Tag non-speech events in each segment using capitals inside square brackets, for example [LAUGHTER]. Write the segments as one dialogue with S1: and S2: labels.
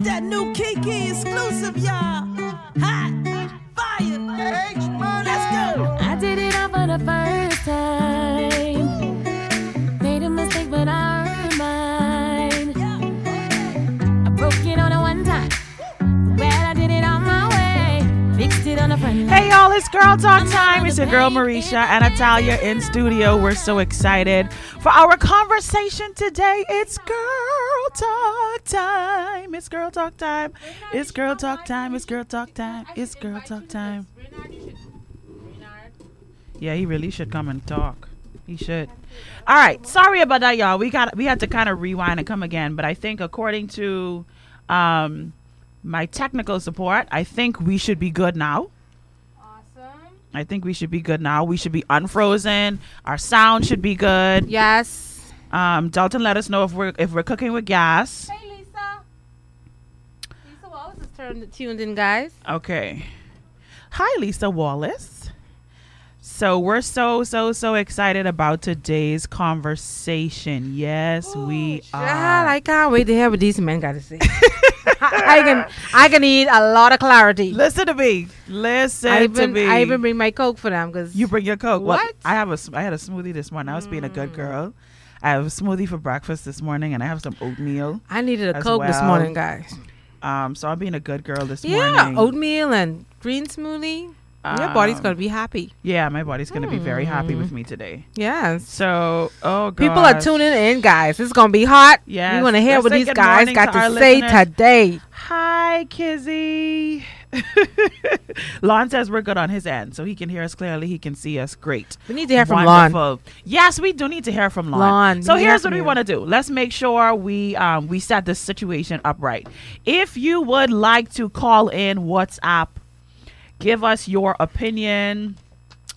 S1: That new Kiki exclusive, y'all. Hot, fire. Let's go.
S2: I did it all for the first time. Made a mistake, but I earned mine. I broke it on a one time. Glad I did it on my way. Fixed it on the front.
S3: Hey y'all, it's Girl Talk time. It's your girl Marisha and Natalia in studio. We're so excited for our conversation today. It's Girl Talk time. It's Girl Talk time. It's Girl Talk time. It's Girl Talk time. It's Girl Talk time. Yeah, he really should come and talk. He should. All right. Sorry about that, y'all. We got we had to kind of rewind and come again, but I think according to um my technical support, I think we should be good now.
S4: Awesome.
S3: I think we should be good now. We should be unfrozen. Our sound should be good.
S4: Yes.
S3: Um, Dalton, let us know if we're if we're cooking with gas.
S4: Hey, Lisa. Lisa Wallace is turned tuned in, guys.
S3: Okay. Hi, Lisa Wallace. So we're so so so excited about today's conversation. Yes,
S4: Oh,
S3: we
S4: Child,
S3: are.
S4: I can't wait to hear what these men got to say. I can, I can need a lot of clarity.
S3: Listen to me. Listen
S4: I
S3: to
S4: even,
S3: me.
S4: I even bring my coke for them because
S3: You bring your coke. Well,
S4: What? Mm.
S3: I have a sm- I had a smoothie this morning. I was being a good girl. I have a smoothie for breakfast this morning, and I have some oatmeal.
S4: I needed a
S3: as
S4: coke this
S3: well.
S4: morning, guys.
S3: Um, so I'm being a good girl this
S4: Yeah,
S3: morning.
S4: oatmeal and green smoothie. Your body's
S3: Um,
S4: gonna be happy.
S3: Yeah, my body's gonna be very happy with me today.
S4: Yes.
S3: So, oh, gosh.
S4: People are tuning in, guys. It's gonna be hot.
S3: Yes.
S4: We want to hear
S3: Let's
S4: what
S3: say
S4: these
S3: good
S4: guys
S3: morning
S4: got
S3: to
S4: to,
S3: our
S4: say
S3: listeners.
S4: today.
S3: Hi, Kizzy. [LAUGHS] Lon says we're good on his end, so he can hear us clearly. He can see us. Great.
S4: We need to hear from Lon.
S3: Wonderful. Yes, we do need to hear from Lon.
S4: Lon,
S3: so
S4: we need to hear
S3: here's what
S4: from
S3: we
S4: you.
S3: want to do. Let's make sure we um, we set this situation up right. If you would like to call in WhatsApp, give us your opinion.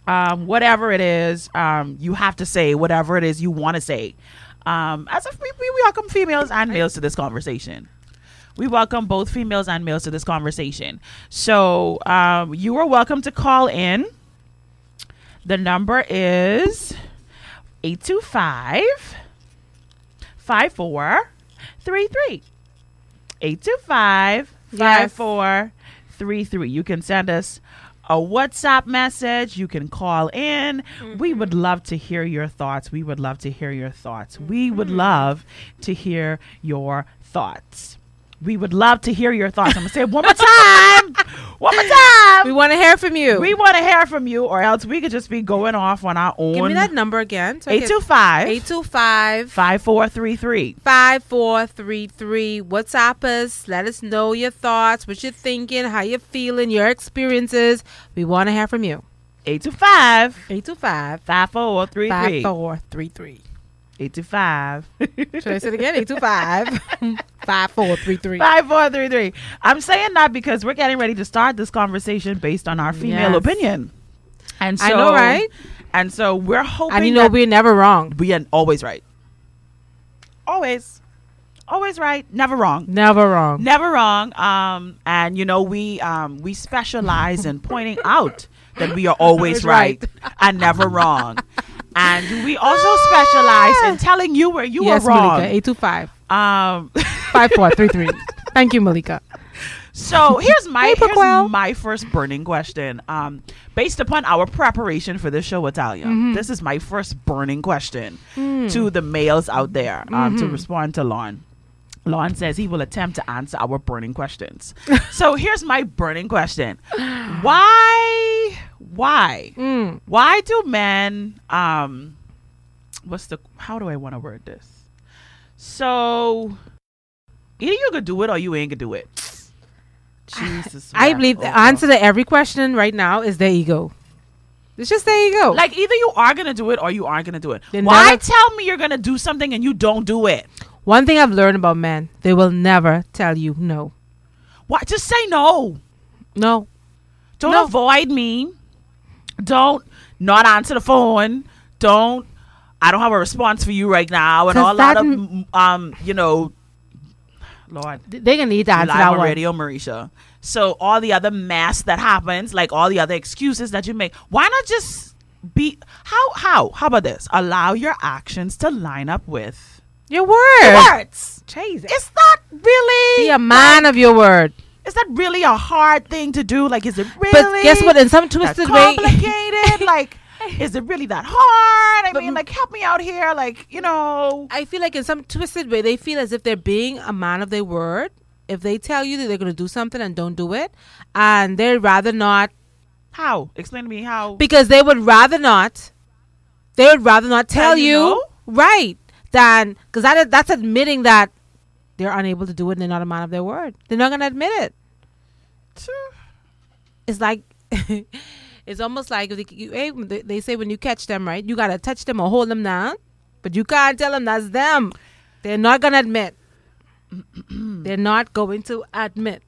S3: Um, whatever it is, um, you have to say whatever it is you want to say. Um, as if we, we welcome females and males to this conversation. We welcome both females and males to this conversation. So um, you are welcome to call in. The number is 825 5433. 825 5433. You can send us a WhatsApp message. You can call in. We would love to hear your thoughts. We would love to hear your thoughts. We would love to hear your thoughts. We would love to hear your thoughts. I'm going to say it one more time. One more time.
S4: We want to hear from you.
S3: We want to hear from you, or else we could just be going off on our own.
S4: Give me that number again. So I can-
S3: 825
S4: 825
S3: 5433.
S4: 5433. WhatsApp us. Let us know your thoughts, what you're thinking, how you're feeling, your experiences. We want to hear from you.
S3: 825
S4: 825
S3: 5433.
S4: 5433.
S3: 825
S4: Should I say it again?
S3: [LAUGHS]
S4: 825 5433.
S3: 5433. I'm saying that because we're getting ready to start this conversation based on our female
S4: Yes.
S3: opinion. And so,
S4: I know, right?
S3: And so we're hoping
S4: And you know,
S3: that
S4: we're never wrong.
S3: we are always right. Always. Always right. Never wrong.
S4: Never wrong.
S3: never wrong um and you know we um we specialize in pointing out that we are
S4: Always
S3: always
S4: right.
S3: right and never wrong and we also specialize in telling you where you
S4: yes,
S3: are wrong
S4: Malika. 825
S3: um
S4: 5433. Thank you, Malika.
S3: [LAUGHS] so here's my
S4: Hey, Paquel.
S3: here's my first burning question um based upon our preparation for this show Italia this is my first burning question
S4: Hmm.
S3: to the males out there um
S4: Mm-hmm.
S3: to respond to Lon Lon says he will attempt to answer our burning
S4: [LAUGHS]
S3: questions. so here's my burning question. Why why
S4: Mm.
S3: why do men um what's the how do I want to word this? So either you could do it or you ain't gonna do it. Jesus.
S4: I
S3: man.
S4: believe
S3: Oh,
S4: the
S3: God.
S4: answer to every question right now is their ego. It's just their ego.
S3: Like either you are gonna do it or you aren't gonna do it.
S4: Then
S3: Why
S4: neither-
S3: tell me you're gonna do something and you don't do it?
S4: One thing I've learned about men, they will never tell you no.
S3: Why just say no.
S4: No.
S3: Don't
S4: No.
S3: avoid me. Don't not answer the phone. Don't. I don't have a response for you right now, and
S4: Does
S3: all that.
S4: that
S3: Of,
S4: m-
S3: um, you know, Lord,
S4: Th- They can need to answer
S3: live
S4: that
S3: on
S4: one.
S3: radio, Marisha. So all the other mess that happens, like all the other excuses that you make, why not just be? How how how about this? Allow your actions to line up with
S4: Your word.
S3: Words.
S4: Jesus.
S3: It's not really.
S4: Be a man of your word.
S3: Is that really a hard thing to do? Like, is it really?
S4: But guess what? In some
S3: that
S4: twisted way,
S3: complicated? like, is it really that hard? I
S4: But
S3: mean,
S4: m-
S3: like, help me out here. Like, you know.
S4: [LAUGHS] I feel like in some twisted way, they feel as if they're being a man of their word. If they tell you that they're going to do something and don't do it, and they'd rather not
S3: How? Explain to me how.
S4: because they would rather not. They would rather not tell
S3: you
S4: you,
S3: no?
S4: right? Than because that that's admitting that they're unable to do it and they're not a man of their word. They're not going to admit it. It's like [LAUGHS] it's almost like if they, you, hey, they they say when you catch them, right? You got to touch them or hold them down, but you can't tell them that's them. They're not going to admit. they're not going to admit.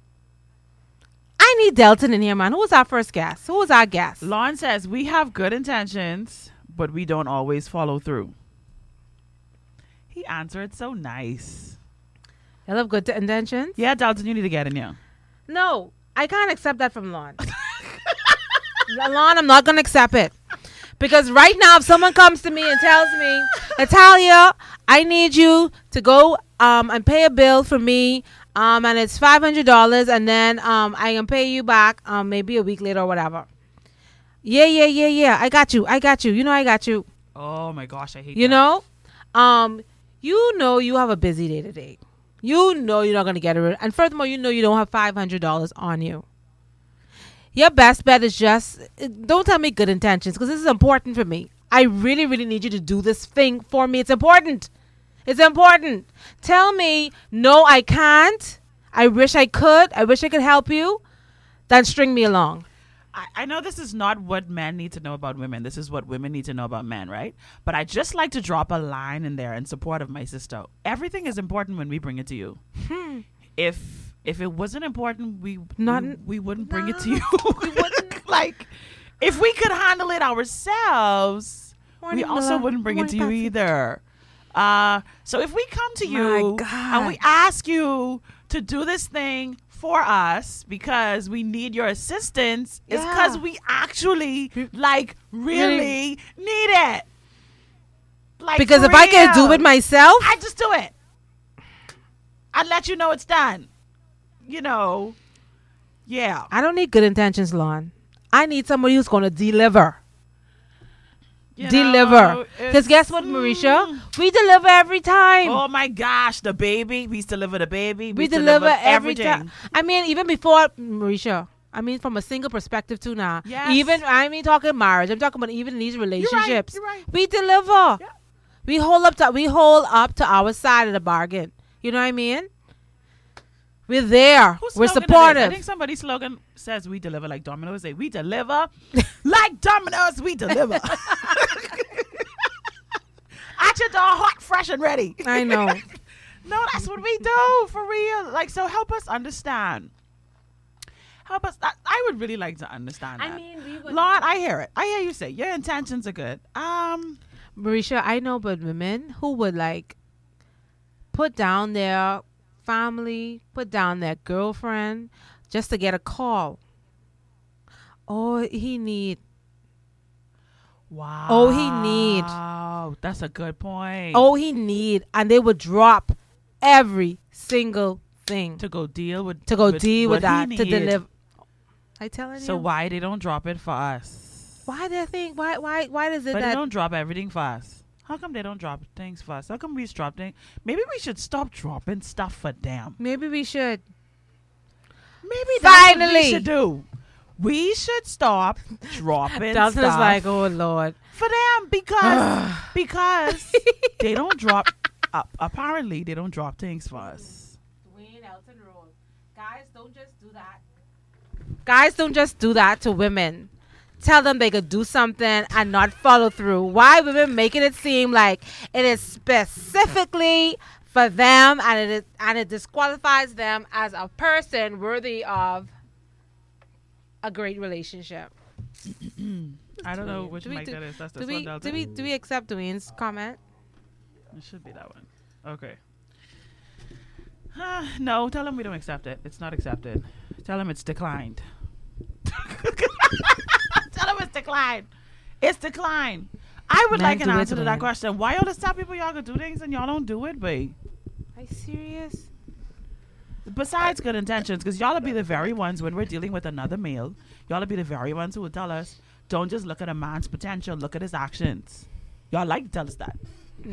S4: I need Delton in here, man. Who was our first guest? Who was our guest?
S3: Lon says we have good intentions, but we don't always follow through. He answered so nice.
S4: I love good intentions.
S3: Yeah, Dalton, you need to get in here.
S4: No, I can't accept that from Lon. [LAUGHS] Lon, I'm not gonna accept it. Because right now, if someone comes to me and tells me, Natalia, I need you to go um, and pay a bill for me, um, and it's five hundred dollars, and then um, I can pay you back um, maybe a week later or whatever. Yeah, yeah, yeah, yeah. I got you. I got you. You know, I got you.
S3: Oh my gosh, I hate
S4: You know, um, you know you have a busy day today. You know you're not gonna get it, and furthermore, you know you don't have five hundred dollars on you. Your best bet is just eh, don't tell me good intentions because this is important for me. I really, really need you to do this thing for me. It's important. It's important. Tell me no, I can't. I wish I could. I wish I could help you. Then string me along.
S3: I, I know this is not what men need to know about women. This is what women need to know about men, right? But I just like to drop a line in there in support of my sister. Everything is important when we bring it to you. if if it wasn't important, we
S4: Not-
S3: we, we wouldn't bring it to you. we wouldn't [LAUGHS] like if we could handle it ourselves. we
S4: Morning,
S3: also
S4: Mila.
S3: wouldn't bring it to
S4: Morning,
S3: you
S4: Patsy.
S3: either. Uh, so if we come to
S4: My
S3: you and we
S4: God.
S3: ask you to do this thing for us because we need your assistance, it's
S4: Yeah.
S3: because we actually like really need
S4: Really.
S3: it. Like
S4: Because
S3: for
S4: if I can do
S3: real.
S4: it myself,
S3: I just do it. I let you know it's done. You know, yeah.
S4: I don't need good intentions, Lon. I need somebody who's going to deliver.
S3: You know,
S4: deliver. Because
S3: it's-
S4: guess what,
S3: Mm.
S4: Marisha? We deliver every time.
S3: Oh my gosh, the baby. We used to deliver the baby.
S4: we
S3: used to
S4: deliver every
S3: everything.
S4: time. I mean, even before, Marisha. I mean, from a single perspective too now.
S3: Yes.
S4: Even I mean, talking marriage. I'm talking about even these relationships.
S3: you're right.
S4: We deliver.
S3: Yeah.
S4: We hold up to we hold up to our side of the bargain. You know what I mean? We're there.
S3: Whose
S4: We're
S3: slogan it is? I
S4: supportive.
S3: think somebody's slogan says we deliver like Domino's. They we deliver like Domino's. We deliver. [LAUGHS] At your door, hot, fresh, and ready.
S4: [LAUGHS] I know.
S3: No, that's what we do for real. Like, so help us understand. Help us. I, I would really like to understand. That.
S2: I mean, we would.
S3: Lord, I hear it. I hear you say your intentions are good. Um,
S4: Marisha, I know but women who would like put down their family, put down their girlfriend just to get a call. Oh, he need.
S3: wow.
S4: Oh, he need.
S3: Wow, that's a good point.
S4: Oh, he need, and they would drop every single thing to,
S3: to go deal with
S4: go deal with
S3: what he
S4: that to
S3: need.
S4: deliver. I telling
S3: So
S4: you,
S3: why they don't drop it for us?
S4: why they think why why why does it
S3: But they
S4: that
S3: don't drop everything for us. How come they don't drop things for us? How come we drop things? Maybe we should stop dropping stuff for them.
S4: maybe we should
S3: Maybe that's what we
S4: Finally.
S3: should do. We
S4: [LAUGHS]
S3: should stop dropping
S4: Dalton is
S3: stuff
S4: like, oh lord,
S3: for them
S4: [SIGHS]
S3: because
S4: [LAUGHS]
S3: because they don't drop. Uh, apparently, they don't drop things for us.
S4: Dwayne Elton Road. Guys, don't just do that. Guys, don't just do that to women. Tell them they could do something and not follow through. Why women making it seem like it is specifically for them and it is, and it disqualifies them as a person worthy of a great relationship.
S3: I don't know which
S4: Do we-
S3: mic
S4: do-
S3: that is. That's
S4: Do
S3: this
S4: we
S3: one.
S4: do we do we accept Dwayne's comment?
S3: It should be that one. Okay. Ah, no, tell him we don't accept it. It's not accepted. Tell him it's declined. [LAUGHS] tell him it's declined. It's declined. I would
S4: Man,
S3: like an
S4: do it
S3: answer
S4: to
S3: to that
S4: man.
S3: question. Why y'all just tell people y'all can do things and y'all don't do it, babe?
S4: Are you serious?
S3: Besides good intentions, because y'all will be the very ones when we're dealing with another male, y'all will be the very ones who will tell us, don't just look at a man's potential, look at his actions. Y'all like to tell us that.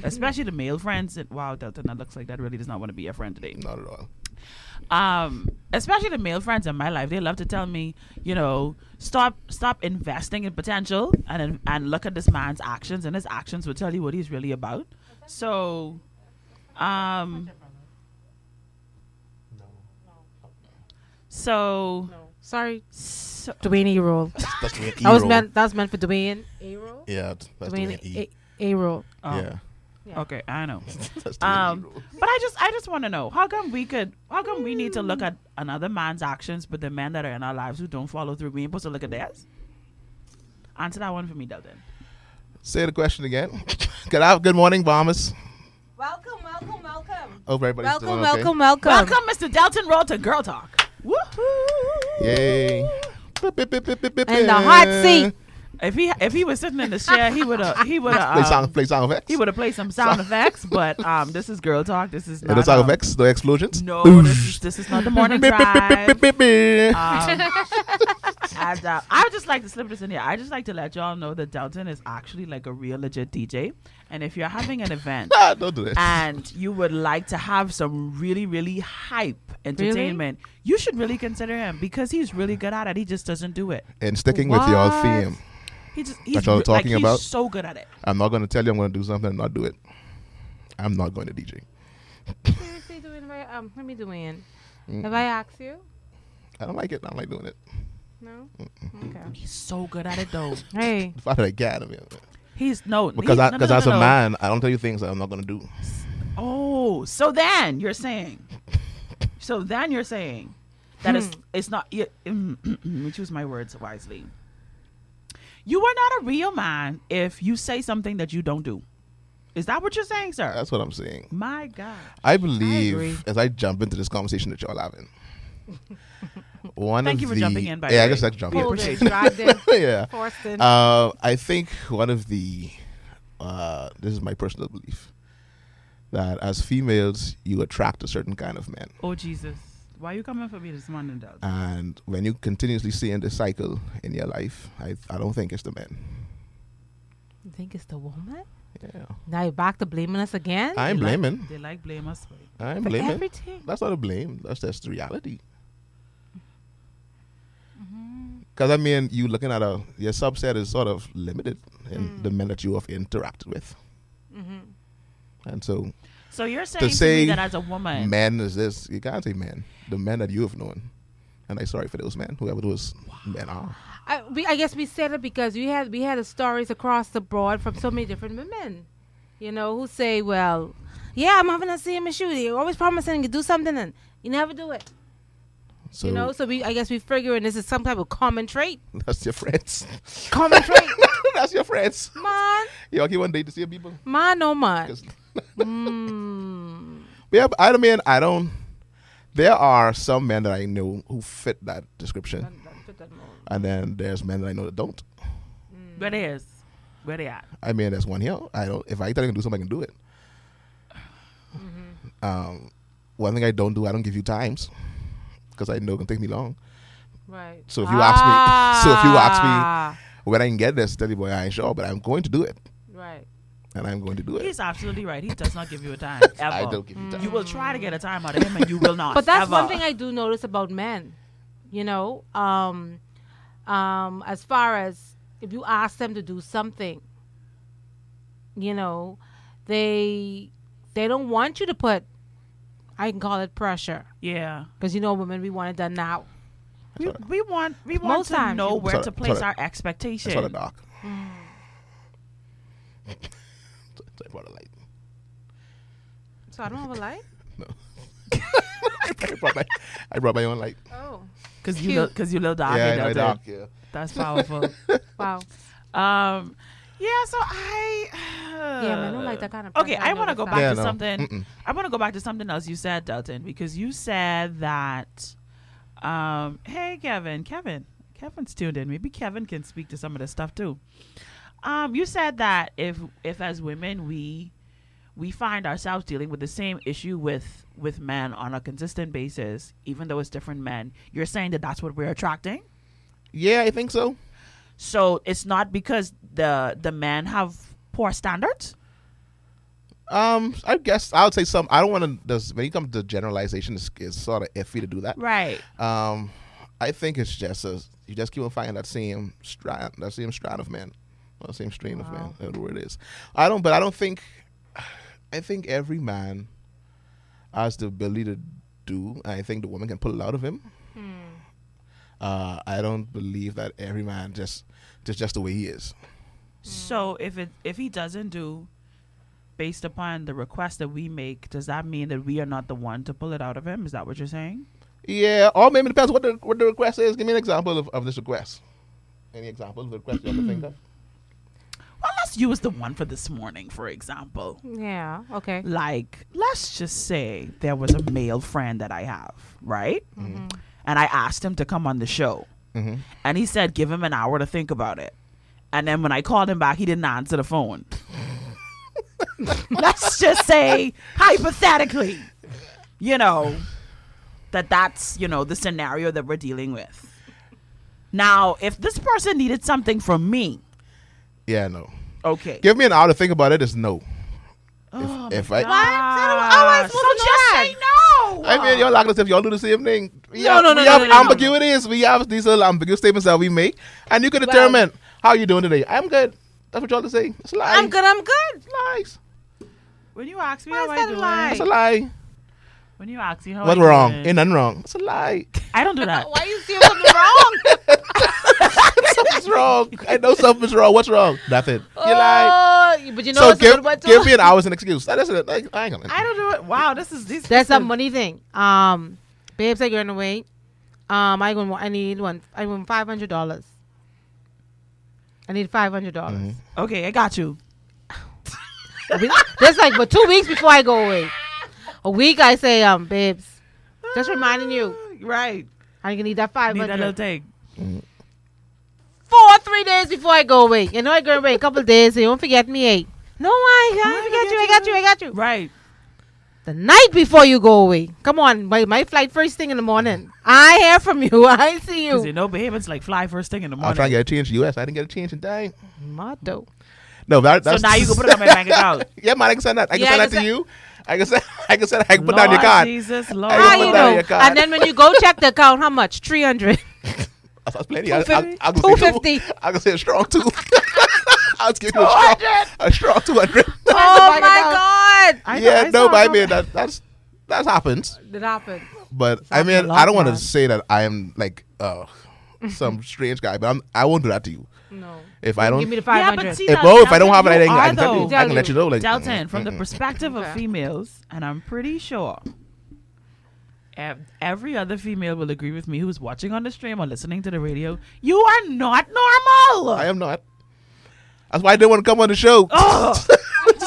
S3: Especially the male friends. That, wow, Delton, that looks like that really does not want to be your friend today.
S5: Not at all.
S3: um, especially the male friends in my life, they love to tell me, you know, stop stop investing in potential and and look at this man's actions, and his actions will tell you what he's really about. So, um, so,
S4: Sorry,
S3: so
S4: Dwayne A. Roll.
S5: That's the way an E
S4: That was
S5: roll.
S4: meant. That was meant for Dwayne A. Roll.
S5: Yeah, that's the way an
S4: Dwayne
S5: E.
S4: A. A. Roll.
S3: oh,
S5: Yeah.
S3: okay, I know.
S5: [LAUGHS] That's the way an E
S3: Um,
S5: roll.
S3: but I just I just want to know how come we could how come we need to look at another man's actions, but the men that are in our lives who don't follow through, we ain't supposed to look at theirs. Answer that one for me, Delton.
S5: Say the question again. [LAUGHS] good, af- good morning, bombers.
S4: Welcome, welcome, welcome.
S5: Hope everybody's
S4: Welcome,
S5: doing okay.
S4: welcome, welcome.
S3: Welcome, Mr. Delton Roll to Girl Talk. Woohoo!
S5: Yay. Boop, boop, boop, boop, boop,
S4: In the hot seat.
S3: If he if he was sitting in the chair, he would have
S5: [LAUGHS]
S3: he would
S4: Uh-uh.
S5: Play
S3: have
S5: sound,
S3: um,
S5: play sound effects.
S3: he would have played some sound effects. But um, this is Girl Talk. This is
S5: No,
S3: not
S5: the sound
S3: um,
S5: effects, the explosions.
S3: No, this is, this is not the morning
S5: Beep, beep, beep, beep,
S3: drive.
S5: beep, beep, beep.
S4: [LAUGHS]
S3: Um, and, uh, I would just like to slip this in here. I just like to let y'all know that Delton is actually like a real legit DJ. And if you're having an
S5: [LAUGHS]
S3: event
S5: [LAUGHS] Ah, don't do that.
S4: Uh,
S3: and you would like to have some really, really hype entertainment, you should really consider him because he's really good at it. He just doesn't do it.
S5: And sticking with your
S4: What?
S5: theme,
S3: He just he's
S5: That's what I'm
S3: re- like,
S5: talking
S3: he's
S5: about.
S3: so good at it.
S5: I'm not going to tell you I'm going to do something and not do it. I'm not going to DJ.
S4: Seriously, Dwayne. Right? Um, let me Dwayne. Have I asked you?
S5: I don't like it. I don't like doing it.
S4: No. Okay.
S3: He's so good at it though.
S4: Hey.
S5: The fact that I get out of it.
S3: He's no
S5: Because
S3: he-
S5: I,
S3: no, no,
S5: because
S3: no,
S5: as
S3: no,
S5: a
S3: no.
S5: man, I don't tell you things that I'm not going to do.
S3: Oh, so then you're saying, so then you're saying that it's
S5: Hmm.
S3: it's not. mm, You, let me choose my words wisely. You are not a real man if you say something that you don't do. Is that what you're saying, sir?
S5: That's what I'm saying.
S3: my God.
S5: I
S4: agree.
S5: believe as I jump into this conversation that
S3: [LAUGHS]
S5: y'all having. One
S3: Thank
S5: of
S3: you for
S5: the,
S3: jumping in, by the
S5: yeah, I
S3: way.
S5: guess I jumped
S3: We
S5: in. [LAUGHS]
S3: appreciate
S4: you. Dragged in.
S5: yeah.
S4: Forced in.
S5: Uh, I think one of the uh, this is my personal belief that as females you attract a certain kind of man,
S3: Oh Jesus. Why are you coming for me this morning, Doug?
S5: Uh, and when you continuously see in this cycle in your life, I I don't think it's the man.
S4: You think it's the woman?
S5: Yeah,
S4: Now you're back to blaming us again?
S5: I'm
S3: They
S5: blaming.
S3: Like, they like blame us. babe.
S5: I'm
S4: For
S5: blaming.
S4: everything.
S5: That's not a blame. That's just the reality.
S4: Mm-hmm.
S5: Because I mean, you looking at a your subset is sort of limited in
S4: Mm.
S5: the men that you have interacted with,
S4: Mm-hmm.
S5: and so
S3: So you're saying to,
S5: say
S3: me that as a woman,
S5: men is this. You can't say men. The men that you have known, and I'm sorry for those men, whoever those men are.
S4: I, we, I guess we said it because we had we had the stories across the board from so many different women, you know, who say, "Well, yeah, I'm having a same issue. You're always promising you do something and you never do it."
S5: So
S4: you know, so we I guess we figuring this is some type of common trait.
S5: [LAUGHS] that's your friends. [LAUGHS]
S4: Common trait,
S5: that's your friends.
S4: man,
S5: You all keep on dating to see your people.
S4: man, no man.
S5: 'Cause-
S4: [LAUGHS] Mm.
S5: Yeah, [LAUGHS] but I mean, I don't. There are some men that I know who fit that description, and then there's men that I know that don't.
S3: where they is, where they at?
S5: I mean, there's one here. I don't. If I tell you to do something, I can do it.
S3: Mm-hmm.
S5: Um, one thing I don't do, I don't give you times, because I know it can take me long.
S4: Right.
S5: So if you ask me- so if
S4: Ah.
S5: you ask me- When I can get this, tell you, boy, I ain't sure, but I'm going to do it,
S4: me, right?
S5: and I'm going to do it.
S3: He's absolutely right. He does not give
S5: [LAUGHS]
S3: you a time ever.
S5: I don't give you time.
S3: You will try to get a time out of him, and you will not.
S4: But that's one
S3: ever.
S4: thing I do notice about men. You know, um, um, as far as if you ask them to do something, you know, they they don't want you to put. I can call it pressure
S3: yeah.
S4: because you know, women we want it done now.
S3: We,
S5: Sorry.
S3: we want we want
S4: Most
S3: to
S4: times
S3: know
S4: you-
S3: where
S5: Sorry,
S3: to place
S5: sorry.
S3: our expectation.
S5: It's for the dark.
S3: [SIGHS]
S5: [LAUGHS] Sorry for the light.
S4: So I don't have a light.
S5: No. I, brought my, I brought my own light.
S4: Oh,
S3: Cause you
S4: Cute.
S3: look, cause you little dog.
S5: yeah, I
S3: head
S5: know,
S3: out there.
S5: dark. Yeah. [LAUGHS]
S3: That's powerful.
S4: wow.
S3: um, yeah. So I. [SIGHS]
S4: Yeah, man, I don't like that kind of
S3: Okay,
S4: pressure. I
S3: I want to
S4: noticed
S3: go
S4: that.
S3: back
S5: Yeah,
S3: to
S5: no.
S3: something.
S5: Mm-mm.
S3: I want to go back to something else you said, Delton, because you said that. Um, hey, Kevin. Kevin. Kevin's tuned in. Maybe Kevin can speak to some of this stuff too. Um, you said that if if as women we we find ourselves dealing with the same issue with with men on a consistent basis, even though it's different men, you're saying that that's what we're attracting.
S5: Yeah, I think so.
S3: So it's not because the the men have poor standards.
S5: Um, I guess I would say some. I don't want to. When it comes to generalization, it's, it's sort of iffy to do that.
S3: Right.
S5: Um, I think it's just a, you just keep on finding that same strand, that same strand of men, or same strain of men, whatever it is. I don't, but I don't think, I think every man has the ability to do. and I think the woman can pull it out of him. Uh, I don't believe that every man just, just, just the way he is.
S3: So if it if he doesn't do based upon the request that we make, does that mean that we are not the one to pull it out of him? Is that what you're saying?
S5: Yeah, or maybe it depends what the what the request is. Give me an example of, of this request. Any example of the request you have to think of?
S3: Well, let's use the one for this morning, for example.
S4: Yeah. Okay.
S3: Like, let's just say there was a male friend that I have, right? And I asked him to come on the show.
S5: Mm-hmm.
S3: And he said, give him an hour to think about it. And then when I called him back, he didn't answer the phone. Let's just say, hypothetically, you know, that that's, you know, the scenario that we're dealing with. Now, if this person needed something from me,
S5: Yeah, no.
S3: okay.
S5: Give me an hour to think about it. Is no.
S3: Oh,
S5: if
S3: my
S5: I-
S3: gosh.
S5: What?
S4: I don't- I wasn't
S3: So
S4: supposed to
S3: just
S4: know
S3: say no.
S5: I mean, y'all like this if y'all do the same thing. We
S4: Oh, No,
S5: have,
S4: no, no,
S5: We
S4: no,
S5: have
S4: no, no, no.
S5: ambiguities. We have these little ambiguous statements that we make, and you can determine how you doing today. I'm good. That's what y'all to say. It's a lie.
S4: I'm good. I'm good.
S5: It's lies.
S3: when you ask me
S4: Why
S3: how
S4: is
S3: I
S4: that
S3: do
S4: a lie?
S5: It's a lie.
S3: when you ask me
S4: Oh,
S3: how
S5: What's
S3: I do
S5: wrong?
S3: it,
S5: Ain't nothing wrong. It's a lie.
S3: I don't do that. [LAUGHS]
S4: Why you see
S5: [LAUGHS]
S4: something wrong?
S5: Something's wrong. I know something's wrong. What's wrong? Nothing. You lie.
S4: Oh, but you know what's a good one
S5: give,
S4: too?
S5: give me an hour's an excuse. That isn't it. I, I ain't gonna.
S3: I don't do it. Wow, this is these.
S4: That's a
S3: people-
S4: money thing. Um, babes, I going away. Um, I going. I need one. I want five hundred dollars. I need five hundred dollars.
S5: Mm-hmm.
S3: Okay, I got you.
S4: That's like, but two weeks before I go away, a week I say, um, babes, just reminding you,
S3: Right.
S4: I can need that five
S3: Need that little
S4: hundred.
S3: thing.
S4: Four, three days before I go away. You know I going away a couple days. So you don't forget me, eh? No, I, I forget you. I got you. I got you.
S3: Right.
S4: the night before you go away. Come on, my, my flight first thing in the morning. I hear from you. [LAUGHS] I see
S3: Because you
S4: you.
S3: know, babe, it's like fly first thing in the
S5: I'll
S3: morning.
S5: try and get a change in the U.S. I didn't get a change in time.
S4: Motto.
S5: No, that,
S3: so
S5: that's
S3: now you can put it on my bank account.
S5: [LAUGHS] yeah, man, I can send that. I can
S4: Yeah,
S5: send
S4: I
S5: that
S4: can
S5: to
S4: se-
S5: you. I can send. [LAUGHS] I can send. I can put down your
S3: Lord
S5: card.
S3: Jesus, Lord.
S5: I
S4: How
S5: put
S4: Ah, you
S5: down
S4: know?
S5: your card.
S4: And then when you go check the account, how much? Three [LAUGHS] hundred.
S5: That's that's plenty. I, I, I can say two-
S4: 250.
S5: I can say a strong two. [LAUGHS] I'll give you a strong, a strong two hundred.
S4: Oh
S3: bank
S4: my God!
S3: I know-
S5: [LAUGHS] yeah,
S3: I
S5: no,
S3: saw
S5: but I
S3: some-
S5: mean uh, that that's that happens.
S4: That happened.
S5: But I
S3: happened a
S5: mean,
S3: lot,
S5: I don't want
S3: man.
S5: to say that I am like uh,
S3: [LAUGHS]
S5: some strange guy, but I'm, I won't do that to you.
S4: No.
S5: If I don't,
S4: Give me the five
S3: Yeah, but
S4: hundred.
S3: see,
S5: if,
S3: now,
S5: oh, if I don't
S3: Delton,
S5: have it, I,
S3: you
S5: can- I
S3: are,
S5: can, tell you-
S3: though.
S5: I can let you know. Like,
S3: Delton, from the perspective of
S4: Okay.
S3: females, and I'm pretty sure ev- every other female will agree with me who's watching on the stream or listening to the radio, you are not normal.
S5: I am not. That's why I didn't want to come on the show.
S3: Ugh.
S5: [LAUGHS]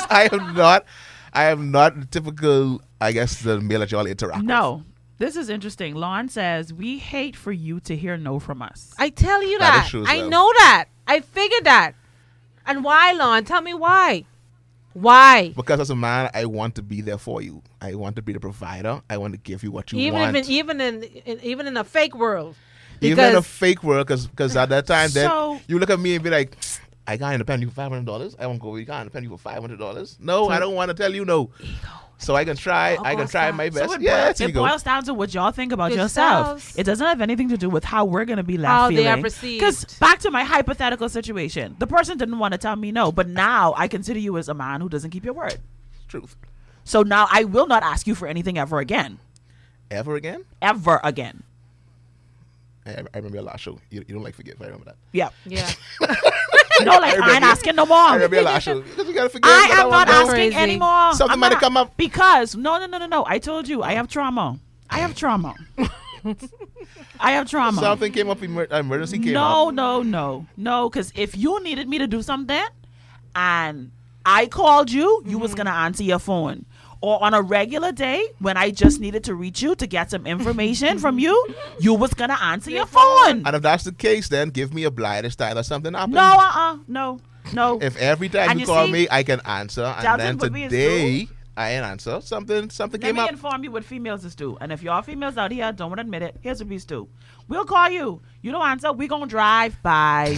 S5: I am not. I am not the typical. I guess the male that y'all interact.
S3: No. This is interesting. Lon says, We hate for you to hear no from us.
S4: I tell you
S5: That
S4: that.
S5: is true as
S4: I
S5: well.
S4: know that. I figured that. And why, Lon? Tell me why. Why?
S5: with. because as a man, I want to be there for you. I want to be the provider. I want to give you what you
S4: Even
S5: want.
S4: if in, even in, in even in a fake world.
S5: even in a
S4: because-
S5: fake world, because at that time,
S3: So-
S5: then you look at me and be like, "I can't independ you for five hundred dollars. I won't go. You can't independ you for five hundred dollars. No, I don't want to tell you no. So I can try. I can try my best.
S3: So it,
S5: yeah,
S3: boils,
S5: there you
S3: it
S5: go.
S3: boils down to what y'all think about
S4: Yourselves.
S3: yourself. It doesn't have anything to do with how we're going to be left
S4: How
S3: feeling.
S4: Oh, they are perceived.
S3: back to my hypothetical situation, the person didn't want to tell me no, but now I consider you as a man who doesn't keep your word.
S5: Truth.
S3: So now I will not ask you for anything ever again,
S5: Ever again?
S3: ever again.
S5: I, I remember your last show. You, you don't like forgive. I remember that. [LAUGHS]
S3: Yeah.
S4: [LAUGHS] Yeah.
S3: No, like I, ain't
S5: remember-
S3: asking no
S5: I
S3: more.
S5: remember your last show. Because you gotta forgive.
S3: I
S5: "Ah, but
S3: am
S5: want
S3: not
S5: to-
S3: asking
S4: Crazy.
S3: anymore.
S5: Something
S3: I'm
S5: might have
S3: not-
S5: come up.
S3: Because no, no, no, no, no. I told you I have trauma. I have
S5: [LAUGHS]
S3: trauma. I have trauma.
S5: Something came up. emer- Emergency came
S3: no,
S5: up.
S3: no, no, no. Because if you needed me to do something, and I called you, you was gonna answer your phone. Or on a regular day when I just needed to reach you to get some information from you, you was gonna answer your phone.
S5: And if that's the case, then give me a blighted style or something. Happened.
S3: No, uh, uh no. No.
S5: If every time
S3: And you
S5: you call
S3: see,
S5: me, I can answer, and
S3: Dalton
S5: then
S3: put me in
S5: today I ain't answer something. Something
S3: Let
S5: came
S3: me
S5: up.
S3: inform you what females is do. And if y'all females out here don't want to admit it, here's what we do. We'll call you. You don't answer. we going to drive by.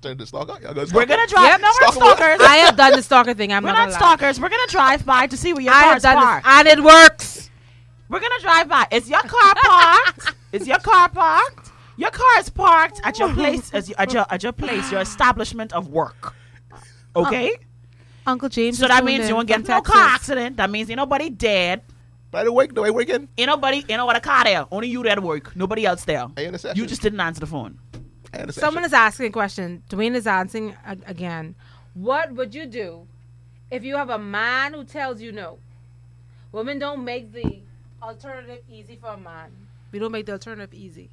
S5: Turn this log out. Y'all gonna
S3: We're
S5: stop
S3: going to
S5: it?
S3: drive. No, we're
S5: Stalker.
S4: [LAUGHS]
S3: stalkers.
S4: I have done the stalker thing. I'm
S3: we're
S4: not,
S3: not
S4: gonna lie.
S3: stalkers. We're going to drive by to see where your
S4: I have
S3: car's
S4: done this,
S3: parked.
S4: and it works.
S3: We're going to drive by. Is your car [LAUGHS] parked? is your car parked? Your car is parked at your place, as you, at your at your place, your establishment of work. Okay,
S4: Uncle James.
S3: so
S4: is
S3: that
S4: tuned
S3: means
S4: in
S3: you won't
S4: from
S3: get no
S4: Texas.
S3: car accident. That means ain't nobody dead.
S5: By the way, the way we're getting.
S3: Ain't nobody, ain't nobody car there. Only you there at work. Nobody else there.
S5: I understand.
S3: You just didn't answer the phone.
S5: I understand.
S4: Someone is asking a question. Dwayne is answering a- again. What would you do if you have a man who tells you no? Women don't make the alternative easy for a man. We don't make the alternative easy.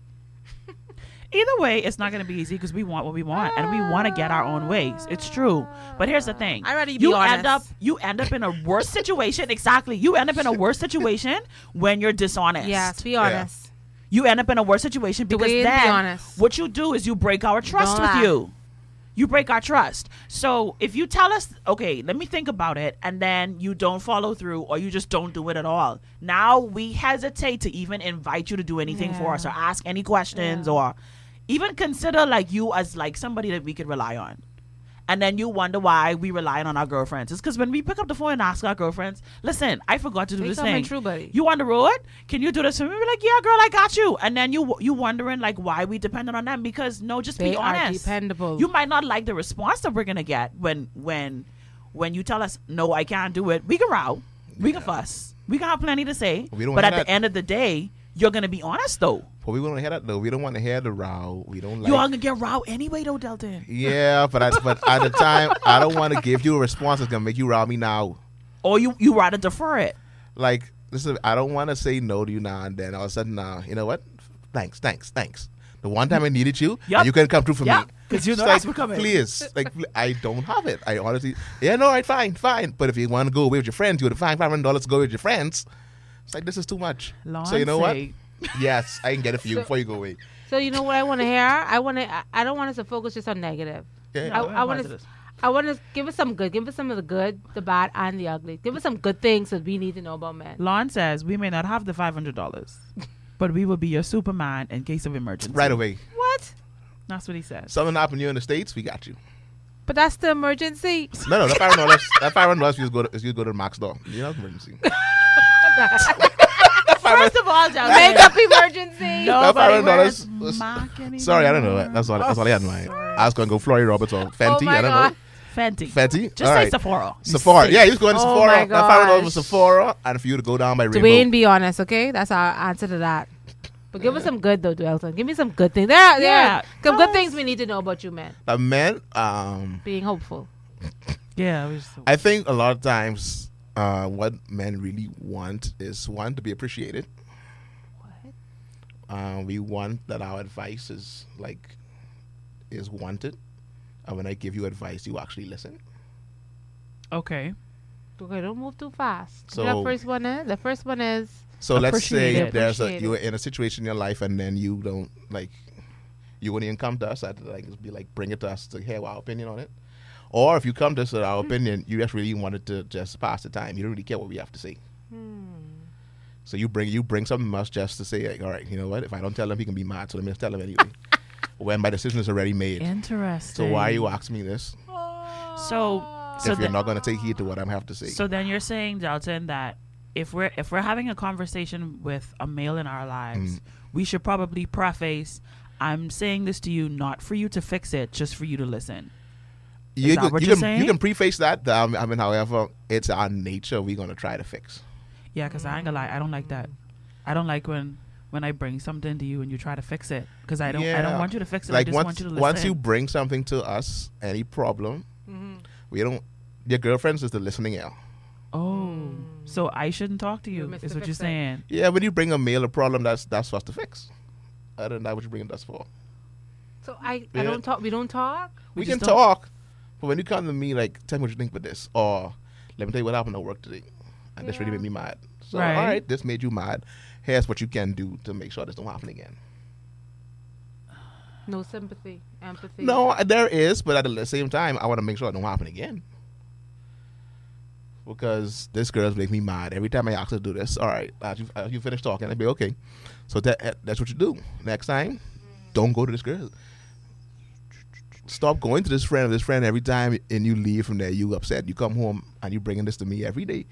S3: Either way, it's not going to be easy because we want what we want and we want to get our own ways. It's true. But here's the thing.
S4: I'd rather you be
S3: you
S4: honest.
S3: end up you end up in a worse situation. Exactly. You end up in a worse situation when you're dishonest.
S4: Yes, be honest.
S3: You end up in a worse situation because
S4: Dwayne, be
S3: then
S4: honest.
S3: what you do is you break our trust
S4: Don't
S3: with
S4: lie.
S3: you. You break our trust. So if you tell us, okay, let me think about it, and then you don't follow through or you just don't do it at all, now we hesitate to even invite you to do anything for us or
S4: Yeah.
S3: ask any questions
S4: Yeah.
S3: or even consider like you as like somebody that we could rely on. And then you wonder why we relying on our girlfriends. It's because when we pick up the phone and ask our girlfriends, listen, I forgot to do
S4: They
S3: this
S4: come in
S3: thing.
S4: true, buddy.
S3: You on the road? Can you do this for me? We're like, yeah, girl, I got you. And then you you wondering like why we dependent on them because no, just
S4: They
S3: be
S4: are
S3: honest.
S4: dependable.
S3: You might not like the response that we're gonna get when when when you tell us no, I can't do it. We can row, we can fuss, we can have plenty to say.
S5: We don't
S3: but at
S5: wanna-
S3: the end of the day, you're gonna be honest though.
S5: But we don't want to hear that though. We don't want to hear the row. We don't like.
S3: you all gonna get row anyway though, Delton.
S5: yeah, but I, but at the time, I don't want to give you a response that's gonna make you row me now.
S3: Or you you rather defer it.
S5: Like this is. I don't want to say no to you now and then. All of a sudden, now you know what? Thanks, thanks, thanks. The one time I needed you,
S3: Yup.
S5: you couldn't come through for
S3: Yup,
S5: me.
S3: 'cause you
S5: It's
S3: know
S5: like,
S3: that's what coming.
S5: Please, like pl- I don't have it. I honestly, yeah, no, right, fine, fine. But if you want to go away with your friends, you would find five hundred dollars to go with your friends. It's like this is too much. so you know
S3: Lord
S5: what?
S3: sake.
S5: Yes, I can
S3: [LAUGHS]
S5: get it for you before you go away.
S4: So you know what I want to hear? I want to. I- I don't want us to focus just on negative.
S5: Yeah.
S4: I,
S3: No,
S4: I
S3: I'm
S4: want to.
S3: positive.
S4: I want to give us some good. Give us some of the good, the bad, and the ugly. Give us some good things that we need to know about men.
S3: Lon says we may not have the five hundred dollars, but we will be your Superman in case of emergency.
S5: Right away.
S4: What?
S3: That's what he says.
S5: Something happened here in the States, we got you.
S4: But that's the emergency.
S5: No, no, that five hundred dollars. That five hundred dollars, you just go to you just go to the Max store. You know, it's emergency.
S3: First of all, Delton,
S4: Makeup [LAUGHS] emergency.
S5: That
S3: nobody
S5: $500
S3: wears
S5: was-
S3: mock anymore.
S5: Sorry, I don't know. That's all. That's all I had in mind. I was gonna go Flory Roberts or Fenty.
S4: Oh my
S5: I don't
S4: God.
S5: know.
S3: Fenty.
S5: Fenty.
S3: Just
S5: all
S3: say
S5: right.
S3: Sephora.
S5: Sephora. Yeah, you just go to
S4: Oh my
S5: Sephora. That five hundred dollars was
S4: gosh.
S5: Sephora, and for you to go down by Rainbow.
S4: Dwayne, be honest, okay? That's our answer to that. But give us some good though, Dwelton. Give me some good things. There, are, there
S3: Yeah,
S4: are some
S3: tell
S4: good
S3: us.
S4: things we need to know about you, man.
S5: A man. Uh, Um,
S4: Being hopeful.
S3: Yeah. it was so-
S5: I think a lot of times, uh, what men really want is one to be appreciated. Uh, we want that our advice is like is wanted, and when I give you advice, you actually listen.
S3: Okay.
S4: Okay, don't move too fast. So,
S5: So-
S4: the first one is the first one is
S5: So let's say
S3: Appreciate it.
S5: there's a
S4: Appreciate
S5: you're in a situation in your life and then you don't like you wouldn't even come to us. I'd like be like bring it to us to hear our opinion on it. Or if you come to us with our
S3: Hmm.
S5: opinion, you just really wanted to just pass the time. You don't really care what we have to say.
S3: Hmm.
S5: So you bring you bring something else just to say like, all right, you know what? If I don't tell him, he can be mad. So let me just tell him anyway.
S3: [LAUGHS]
S5: when my decision is already made.
S3: Interesting.
S5: So why are you asking me this
S3: So so
S5: if you're
S3: the-
S5: not going to take heed to what I have to say?
S3: so then you're saying Delton that if we're if we're having a conversation with a male in our lives,
S5: Mm.
S3: we should probably preface. I'm saying this to you not for you to fix it, just for you to listen.
S5: you,
S3: that
S5: can,
S3: what
S5: you,
S3: you're
S5: can, you
S3: saying?
S5: can preface that. that, um, I mean, however, it's our nature. We're going to try to fix.
S3: Yeah, because I ain't gonna lie, I don't like that. I don't like when when I bring something to you and you try to fix it because I don't I don't
S5: Yeah.
S3: want you to fix it. I
S5: like
S3: just
S5: once
S3: want you to listen.
S5: once you bring something to us, any problem,
S4: Mm-hmm.
S5: we don't. Your girlfriends is the listening ear.
S3: oh, so I shouldn't talk to
S4: You're
S3: you
S4: Mr.
S3: is what you're
S4: Fix-It.
S3: saying.
S5: Yeah, when you bring a male a problem, that's that's for us to fix. Other than that, what you bringing us for?
S4: so I,
S5: Yeah.
S4: I don't talk we don't talk.
S5: We,
S3: We
S5: can
S3: just don't-
S5: talk, but when you come to me like, tell me what you think with this, or let me tell you what happened at work today, and this really
S4: Yeah.
S5: made me mad. So
S3: Right.
S5: all right, this made you mad. Here's what you can do to make sure this don't happen again.
S4: No sympathy, empathy.
S5: No, there is, but at the same time, I want to make sure it don't happen again. Because this girl's make me mad every time I ask her to do this. All right, uh, you, uh, you finish talking, I'll be okay. So that uh, that's what you do. Next time, don't go to this girl. Stop going to this friend or this friend every time, and you leave from there. You upset. You come home and you bringing this to me every day.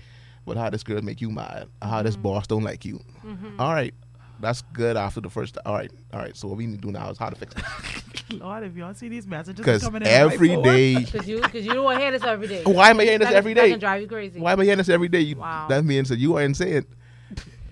S5: But how this girl make you mad? How this boss don't like you? All right, that's good after the first. All right, all right. So what we need to do now is how to fix it.
S3: [LAUGHS] Lord, if y'all see these messages
S5: Because
S3: coming in,
S5: every day,
S4: Cause you, cause you don't hear this every day.
S5: why am I hearing this
S4: That-
S5: every
S4: That
S5: day?
S4: can drive you crazy.
S5: Why am I hearing this every day? You,
S4: Wow.
S5: That means that you are insane.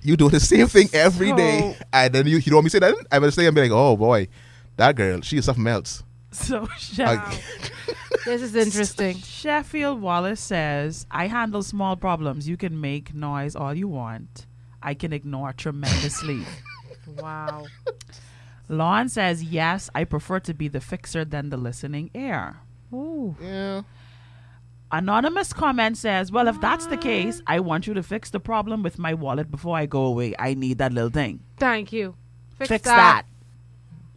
S5: You do the same thing every day,
S3: So-
S5: and then you, you don't me say that. I would say I'm like, oh boy, that girl, she is something else.
S3: [LAUGHS] so
S5: Like,
S3: Sheffield,
S4: [LAUGHS] This is interesting.
S3: Sheffield Wallace says, "I handle small problems. You can make noise all you want. I can ignore [LAUGHS] tremendously."
S4: wow.
S3: Lon says, "Yes, I prefer to be the fixer than the listening ear."
S4: Ooh.
S5: [LAUGHS] yeah,
S3: Anonymous comment says, "Well, if that's the case, I want you to fix the problem with my wallet before I go away. I need that little thing.
S4: Thank you. Fix,
S3: Fix
S4: that.
S3: that."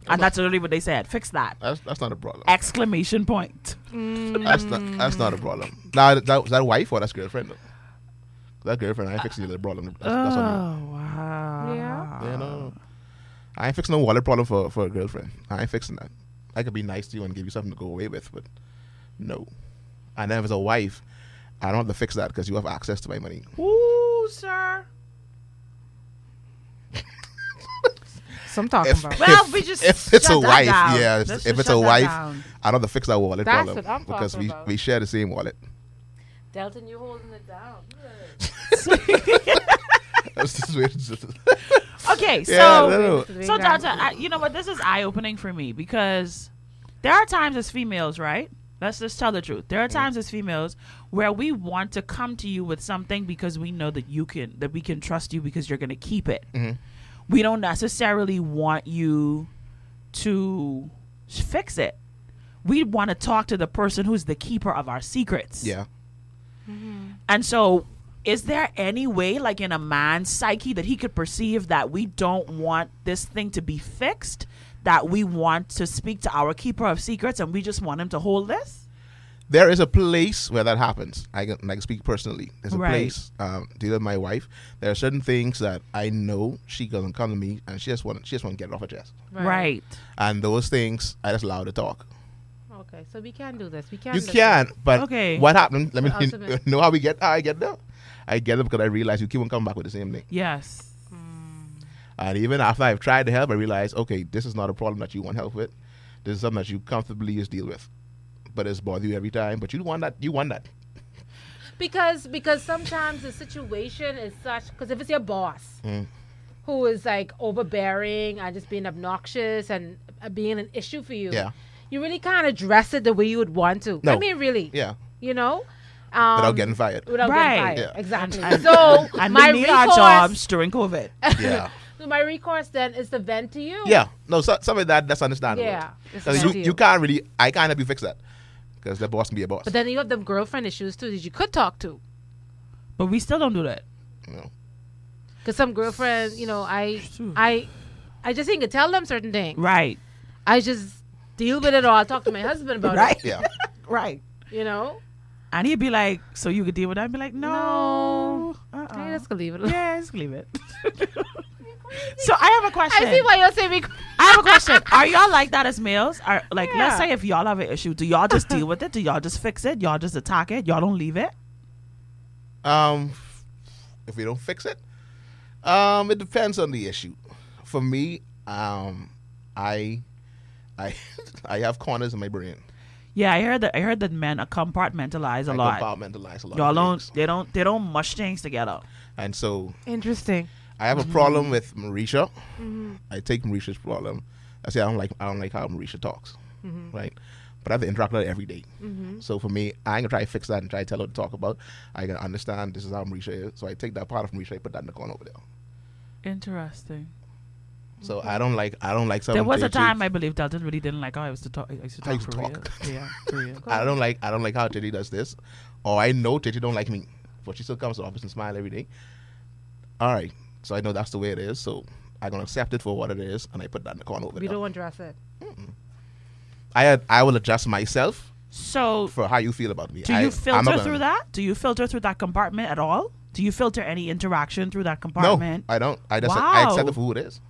S3: And that's literally what they said. Fix that!
S5: that's that's not a problem.
S3: Exclamation point.
S4: Mm.
S5: That's not that's not a problem. Now that, that that wife or that's girlfriend. though? That girlfriend, I ain't fixing your little problem. That's, that's on
S3: Oh, wow.
S5: you. Yeah, no, no. Ah. I ain't fixing no wallet problem for for a girlfriend. I ain't fixing that. I could be nice to you and give you something to go away with, but no. And then if it's a wife, I don't have to fix that because you have access to my money.
S3: Ooh, sir.
S4: So I'm talking
S5: If-
S4: about.
S3: Well,
S5: If-
S3: we just
S5: if it's
S3: shut
S5: a
S3: that
S5: wife,
S3: down.
S5: yeah,
S3: Let's
S5: if
S3: just
S5: it's a
S3: shut that
S5: wife, [LAUGHS]
S3: down. [LAUGHS]
S5: I don't have to fix that wallet
S4: That's
S5: problem
S4: what I'm
S5: because
S4: talking
S5: we
S4: about.
S5: we share the same wallet. [LAUGHS]
S4: Delton, you holding it down.
S5: That's just weird.
S3: [LAUGHS]
S5: Just-
S3: Okay, so
S5: yeah, no, no.
S3: so Dada, I, you know what? This is eye opening for me because there are times as females, right? Let's just tell the truth. There are times as females where we want to come to you with something because we know that you can that we can trust you because you're going to keep it.
S5: Mm-hmm.
S3: We don't necessarily want you to s- fix it. We want to talk to the person who's the keeper of our secrets.
S5: yeah.
S3: And so, is there any way, like in a man's psyche, that he could perceive that we don't want this thing to be fixed? That we want to speak to our keeper of secrets and we just want him to hold this?
S5: There is a place where that happens. I can, I can speak personally. There's a
S3: Right.
S5: place um, dealing with my wife. There are certain things that I know she doesn't come to me, and she just want she just want to get it off her chest. And those things, I just allow her to talk.
S4: Okay, so we can do this. We can.
S5: You
S4: do this.
S5: can, but
S3: Okay.
S5: what happened? Let me [LAUGHS]
S4: But ultimate-
S5: know how we get how I get there. I get them because I realize you keep on coming back with the same thing.
S3: Yes.
S5: And even after I've tried to help, I realize, okay, this is not a problem that you want help with. This is something that you comfortably just deal with. But it's bother you every time. But you want that. You want that.
S4: because because sometimes the situation is such because if it's your boss
S5: Hmm.
S4: who is like overbearing and just being obnoxious and uh, being an issue for you
S5: Yeah.
S4: you really can't address it the way you would want to i
S5: No.
S4: mean really
S5: Yeah.
S4: you know um,
S5: Without getting fired.
S4: [LAUGHS] without
S3: Right.
S4: getting fired
S5: Yeah.
S4: exactly
S3: And-
S4: so
S3: And
S4: my
S3: we need our
S4: recourse
S3: jobs during COVID.
S4: [LAUGHS]
S5: [LAUGHS] yeah.
S4: so my recourse then is to vent to you
S5: Yeah. No, so, something that that's understandable.
S4: Yeah, it's
S5: 'Cause
S4: fair
S5: you,
S4: to
S5: you.
S4: you.
S5: can't really. I can't help you fix that. Because the boss can be a boss.
S4: but then you have them girlfriend issues too that you could talk to
S3: But we still don't do that.
S5: you know.
S4: because some girlfriend you know i
S3: Shoot.
S4: i i just think could tell them certain things
S3: Right.
S4: I just deal with it or I'll talk to my husband about
S3: Right.
S5: Yeah. [LAUGHS]
S3: Right.
S4: it. You know?
S3: And he'd be like, so you could deal with that? I'd be like, no. Uh-uh.
S4: I
S3: [LAUGHS]
S4: just gonna leave it alone.
S3: yeah, just leave
S4: [LAUGHS]
S3: it. so I have a question.
S4: I see why you're [LAUGHS] saying we
S3: I have a question. Are y'all like that as males? Are like let's
S4: Yeah.
S3: say if y'all have an issue, do y'all just deal with it? Do y'all just fix it? Y'all just attack it? Y'all don't leave it?
S5: Um, if we don't fix it, um, it depends on the issue. For me, um, I, I, [LAUGHS] I have corners in my brain.
S3: Yeah, I heard that I heard that men are compartmentalize a
S5: I
S3: lot.
S5: compartmentalize a lot.
S3: Y'all
S5: of
S3: don't
S5: things.
S3: they don't they don't mush things together.
S5: And so
S4: Interesting.
S5: I have a
S3: Mm-hmm.
S5: problem with Marisha. I take Marisha's problem. I say I don't like I don't like how Marisha talks,
S3: Mm-hmm.
S5: right? But I have to interact with her every day. So for me, I ain't gonna try to fix that and try to tell her to talk about. I can understand this is how Marisha is. So I take that part of Marisha, I put that in the corner over there.
S3: Interesting.
S5: So I don't like I don't like someone.
S3: There was a
S5: to- to-
S3: time I believe Dalton really didn't like how I was to talk. I used to
S5: How
S3: talk
S5: you
S3: for real.
S5: talk. [LAUGHS]
S3: Yeah, for real.
S5: I don't like I don't like how Titty does this, or I know Titty don't like me, but she still comes to the office and smile every day. All right, so I know that's the way it is. So I'm gonna accept it for what it is, and I put that in the corner over
S4: We
S5: there.
S4: don't address it.
S5: I had, I will adjust myself
S3: So
S5: for how you feel about me.
S3: do
S5: I,
S3: you
S5: I'm not
S3: filter
S5: gonna-
S3: through that? Do you filter through that compartment at all? Do you filter any interaction through that
S5: No,
S3: compartment?
S5: I don't. I just I accept
S3: Wow.
S5: it for who it is.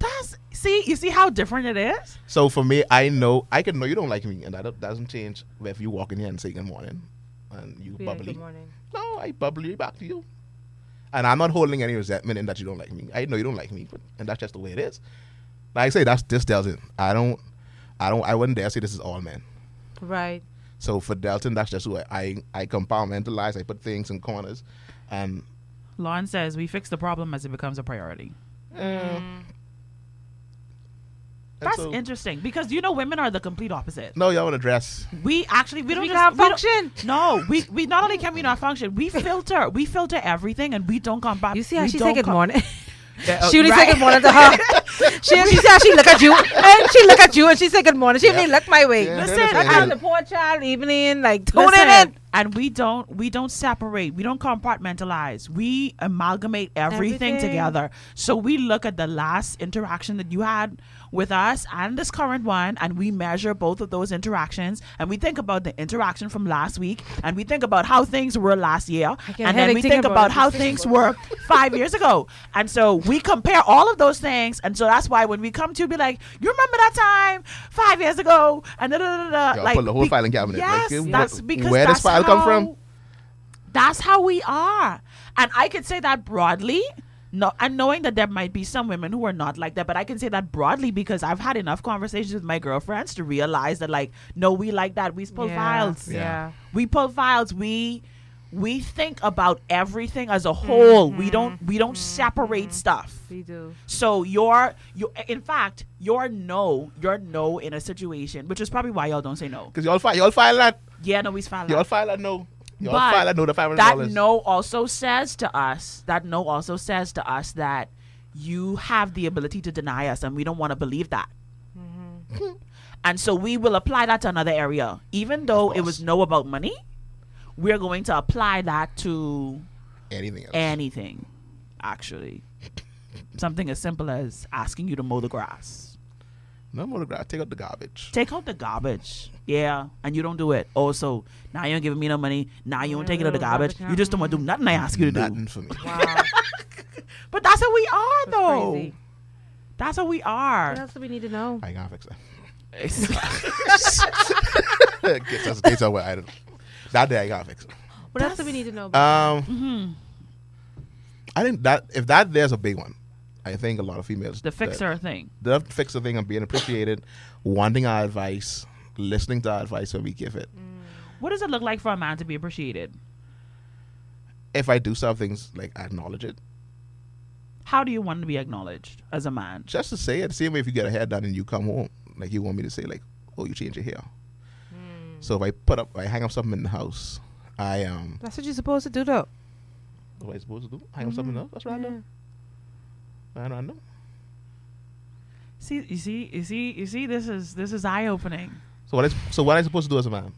S3: That's see, you see how different it is?
S5: So for me, I know I can know you don't like me, and that do- doesn't change if you walk in here and say good morning, and you
S4: Be like,
S5: bubbly.
S4: good morning.
S5: no, I bubbly back to you, and I'm not holding any resentment in that you don't like me. I know you don't like me, but and that's just the way it is. Like I say, that's this Delton. I don't, I don't, I wouldn't dare say this is all men.
S4: Right.
S5: So for Delton, that's just who I I, I compartmentalize. I put things in corners, and
S3: Lauren says we fix the problem as it becomes a priority.
S4: Mm.
S5: and
S3: That's
S5: so-
S3: interesting because you know women are the complete opposite.
S5: No, y'all want to dress.
S3: We actually we don't
S4: We
S3: just-
S4: can't
S3: we don't-
S4: function.
S3: no, we we not only can we not function, we filter we filter everything and we don't come back.
S4: You see how
S3: we
S4: she
S3: don't
S4: say good
S3: com-
S4: morning.
S3: Yeah,
S5: oh,
S4: she only
S3: right.
S4: say good morning to
S5: [LAUGHS]
S4: her. she, she said she look at you and she look at you and she say good morning. She didn't even look my way.
S5: Yeah,
S3: Listen,
S5: that's what
S4: Out
S5: it
S4: the
S5: is.
S4: poor child evening, like tune
S3: Listen,
S4: it in.
S3: And we don't we don't separate. We don't compartmentalize. We amalgamate everything,
S4: Everything.
S3: together. So we look at the last interaction that you had with us and this current one and we measure both of those interactions and we think about the interaction from last week and we think about how things were last year
S4: get a
S3: and then
S4: headache
S3: we
S4: thinking
S3: think
S4: about
S3: about
S4: it.
S3: how
S4: Just thinking
S3: things
S4: about
S3: were 5 years ago. And so we compare all of those things and so that's why when we come to be like, "You remember that time 5 years ago?" and da da da da
S5: Y'all
S3: like
S5: pull the whole
S3: be-
S5: filing cabinet.
S3: Yes,
S5: Like, it-
S3: that's
S5: wh-
S3: because
S5: where
S3: that's
S5: does file come from?
S3: how- That's how we are, and I could say that broadly. No, and knowing that there might be some women who are not like that, but I can say that broadly because I've had enough conversations with my girlfriends to realize that, like, no, we like that. We pull
S4: Yeah,
S3: files.
S5: Yeah.
S3: We pull files. We we think about everything as a whole. We don't we don't separate stuff.
S4: we do.
S3: So your your in fact your no your no in a situation, which is probably why y'all don't say no.
S5: Because y'all file, y'all file that,
S3: Yeah, no, we's fine.
S5: y'all file that no, y'all
S3: Uh-huh. But
S5: file that no. The five hundred
S3: that
S5: dollars.
S3: no also says to us that no also says to us that you have the ability to deny us and we don't want to believe that and so we will apply that to another area even though it was
S5: course.
S3: no about money we're going to apply that to
S5: Anything else?
S3: anything actually something as simple as asking you to mow the grass
S5: no more grass. Take out the garbage.
S3: take out the garbage yeah and you don't do it also now you ain't giving me no money now you don't take it out the garbage you just don't want to do nothing i ask you to do
S5: Nothing for me.
S4: Wow.
S3: But that's how we are,
S4: That's
S3: though.
S4: crazy.
S3: That's how
S4: [LAUGHS]
S3: we
S4: What
S3: are.
S4: else do we need to know?
S5: I can't fix that. [LAUGHS]
S3: That's
S5: Get us get somewhere. I don't. That day I can't fix it.
S4: What else do we need to know? About?
S5: Um,
S3: Mm-hmm.
S5: I think that if that there's a big one, I think a lot of females
S3: the
S5: that-
S3: fixer thing.
S5: the fixer thing, and being appreciated, wanting our advice, listening to our advice when we give it.
S3: Mm. What does it look like for a man to be appreciated?
S5: If I do some things, like I acknowledge it,
S3: How do you want to be acknowledged as a man?
S5: just to say it. Same way if you get a hair done and you come home, like you want me to say like, oh, you change your hair.
S3: Hmm.
S5: So if I put up, I hang up something in the house. I um,
S4: That's what you're supposed to do, though.
S5: what am I supposed to do? Hang up something
S3: Hmm.
S5: else? That's what I do. I don't know.
S3: See, you see, you see, you see. This is this is eye opening.
S5: So what? I, so what I supposed to do as a man?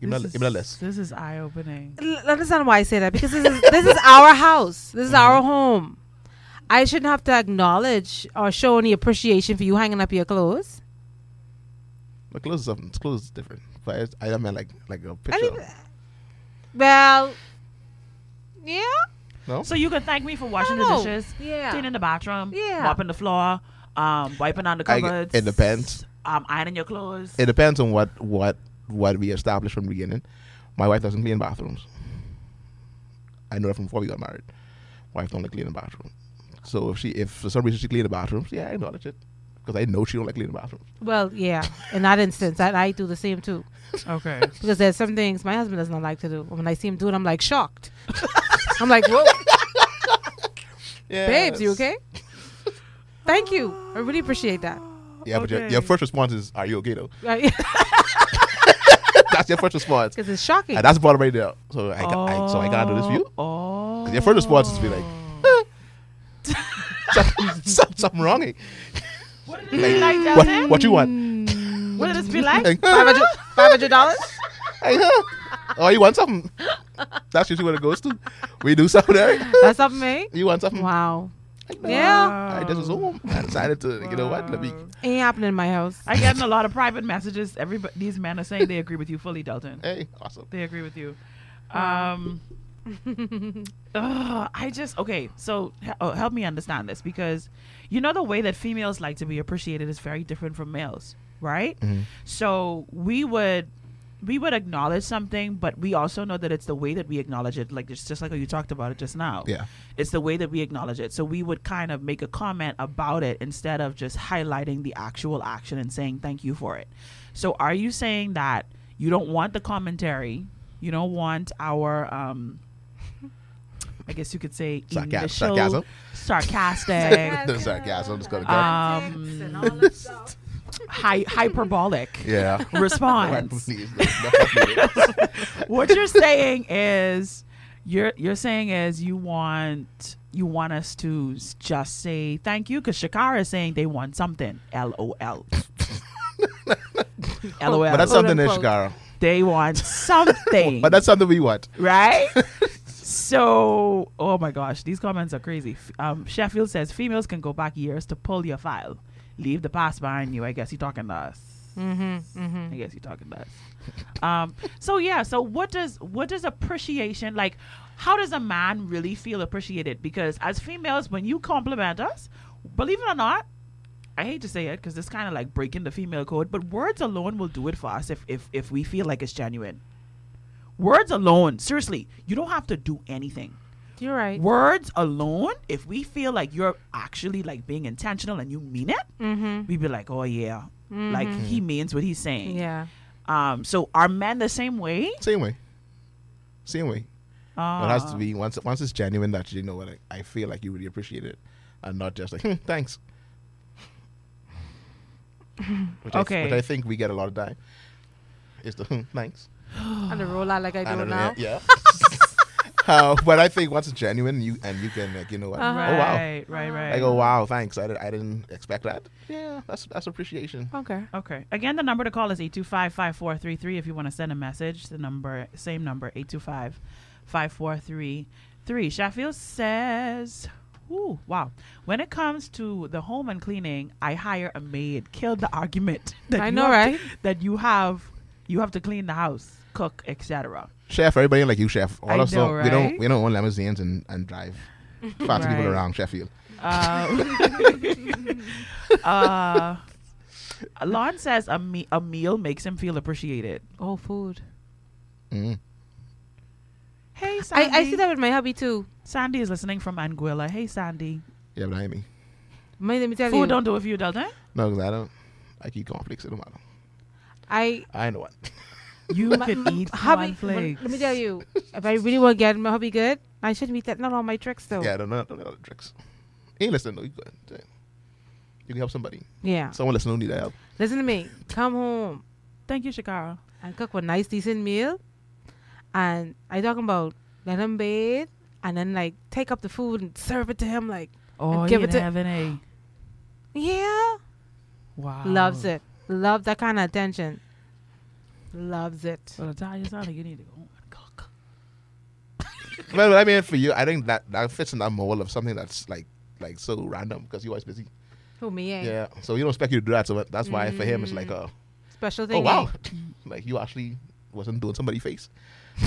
S5: Give me, a,
S3: This
S5: give me a
S3: is-
S5: list.
S3: This is eye opening.
S4: L- understand why I say that because this is this is our house. This is
S5: Mm-hmm.
S4: our home. I shouldn't have to acknowledge or show any appreciation for you hanging up your clothes.
S5: The clothes is something. Clothes is different. But it's, I don't mean like like a picture.
S4: mean- Well, yeah,
S5: no.
S3: So you can thank me for washing the
S4: No.
S3: dishes,
S4: Yeah.
S3: cleaning the bathroom,
S4: Yeah.
S3: mopping the floor, um, wiping on the
S5: I-
S3: cupboards.
S5: it depends.
S3: Um, ironing your clothes. [LAUGHS]
S5: It depends on what what what we established from the beginning. My wife doesn't clean bathrooms. I know that from before we got married. Wife don't like cleaning bathroom. So if she if for some reason she clean the bathrooms, yeah, I acknowledge it because I know she don't like cleaning bathrooms.
S4: well, yeah. In that instance, I, I do the same too
S5: [LAUGHS]
S3: okay.
S4: because there's some things my husband does not like to do. When I see him do it, I'm like shocked. [LAUGHS] I'm like,
S5: [LAUGHS]
S4: whoa,
S5: Yeah,
S4: babes, you okay? Thank you. I really appreciate that.
S5: Yeah, but your,
S3: Okay.
S5: your first response is, "Are you okay though?"
S4: [LAUGHS] Because
S5: that's your first response,
S4: it's shocking.
S5: and that's the bottom right there. So I, ca- I so I can't do this for you.
S3: Oh.
S5: Your first response is to be like, something, something, something wrong. eh?
S3: What did it be like, Delton?
S5: What, what you want?
S4: Mm.
S3: What did it be like?
S5: Like,
S4: Five hundred dollars.
S5: Hey, huh? oh, you want something? That's usually what it goes to. We do something. eh?
S4: That's up, mate.
S5: you want something?
S4: Wow.
S5: Like, no.
S4: Yeah.
S5: I just assumed. I decided to, you know what? Let me.
S4: Ain't happening in my house.
S3: I getting a lot of private messages. Everybody, these men are saying they agree with you fully, Dalton.
S5: Hey, awesome.
S3: They agree with you. Um, [LAUGHS] ugh, I just okay. So he- oh, help me understand this because you know the way that females like to be appreciated is very different from males, right?
S5: Mm.
S3: So we would we would acknowledge something, but we also know that it's the way that we acknowledge it. Like it's just like how you talked about it just now.
S5: Yeah.
S3: It's the way that we acknowledge it. So we would kind of make a comment about it instead of just highlighting the actual action and saying thank you for it. So are you saying that you don't want the commentary? You don't want our um I guess you could say
S5: Sarca-
S3: initial
S5: [LAUGHS] sarcasm?
S3: sarcastic,
S5: The sarcasm. I'm just gonna go.
S3: um,
S4: mm-hmm,
S3: hy- hyperbolic
S4: [LAUGHS]
S5: yeah. [LAUGHS]
S3: response.
S5: Please, no, no, no.
S3: [LAUGHS] what you're saying is you're you're saying is you want you want us to s- just say thank you because Shakara is saying they want something. LOL. [LAUGHS] LOL.
S5: But that's
S4: Quote
S5: something that
S4: unquote.
S5: Shakara.
S3: they want something.
S5: But that's something we want.
S3: right? so, oh my gosh, these comments are crazy. F- Um, Sheffield says females can go back years to pull your file, leave the past behind you. I guess you're talking to us.
S4: mm-hmm.
S3: I guess you're talking to us. um, so yeah, so what does what does appreciation like? How does a man really feel appreciated? Because as females, when you compliment us, believe it or not. I hate to say it because it's kind of like breaking the female code, but words alone will do it for us if, if, if we feel like it's genuine. Words alone, seriously, you don't have to do anything.
S4: You're right.
S3: Words alone, if we feel like you're actually like being intentional and you mean it,
S4: Mm-hmm.
S3: we'd be like, oh yeah, like he means what he's saying.
S4: Yeah.
S3: Um. So are men the same way?
S5: Same way. Same way.
S3: Uh,
S5: But it has to be once once it's genuine that you know what I, I feel like you really appreciate it, and not just like hmm, thanks. Which I,
S3: Okay.
S5: th- which I think we get a lot of time. Is the hmm, thanks.
S4: And the rollout like I do
S5: don't know,
S4: now.
S3: [LAUGHS]
S5: Yeah. [LAUGHS] uh, but I think once it's genuine, you and you can like you know what?
S4: Uh-huh.
S5: Oh wow!
S3: Right. Right. Right.
S5: I go wow, thanks. I, did, I didn't expect that. Yeah, that's that's appreciation.
S4: Okay.
S3: Okay. Again, the number to call is 825 5433 if you want to send a message. The number, same number, 825 5433. Sheffield says, Ooh, wow. When it comes to the home and cleaning, I hire a maid. Kill the argument [LAUGHS] that
S4: I
S3: you
S4: know,
S3: have to-
S4: right?
S3: that you have you have to clean the house, cook, etc.
S5: Chef, everybody like you, chef. All
S3: I
S5: of us
S3: know,
S5: don't, we don't
S3: right?
S5: we don't own limousines and,
S3: [LAUGHS]
S5: and drive fast
S3: Right.
S5: people around Sheffield.
S3: Uh, [LAUGHS] uh, Lon says a, me- a meal makes him feel appreciated.
S4: Oh, food.
S5: Mm.
S3: Hey, Sandy.
S4: I, I see that with my hubby too.
S3: Sandy is listening from Anguilla. Hey, Sandy.
S5: Yeah, but I mean,
S4: My, let me tell
S3: Food
S4: you.
S3: don't do it for you, Delta.
S5: no, 'cause I don't. I keep conflicts in the matter.
S3: [LAUGHS]
S4: I [LAUGHS]
S5: I know what.
S3: You could eat
S4: hubby.
S3: cornflakes.
S4: Let me tell you. If I really want to get my hubby good, I shouldn't be telling all my tricks though.
S5: Yeah, I don't know, don't know all the tricks. Hey, listen, no, you, go- you can help somebody.
S4: Yeah.
S5: Someone listen, don't need that help.
S4: Listen to me. Come home
S3: Thank you, Shakara.
S4: and cook a nice, decent meal. And I talking about let him bathe and then like take up the food and serve it to him like
S3: Oh,
S4: give
S3: give
S4: it
S3: it
S4: to-
S3: heaven, a
S4: yeah.
S3: wow.
S4: Loves it. Loves that kind of attention. Loves it.
S3: Well, Natalia sound like you need to go home and cook.
S5: But I mean, for you, I think that that fits in that mold of something that's like like so random because you're always busy.
S4: Who me? Eh?
S5: Yeah, so you don't expect you to do that. So that's why for him it's like
S4: Mm.
S5: a
S4: Special thing.
S5: oh wow, [LAUGHS]
S4: eh?
S5: like you actually wasn't doing somebody's face. [LAUGHS]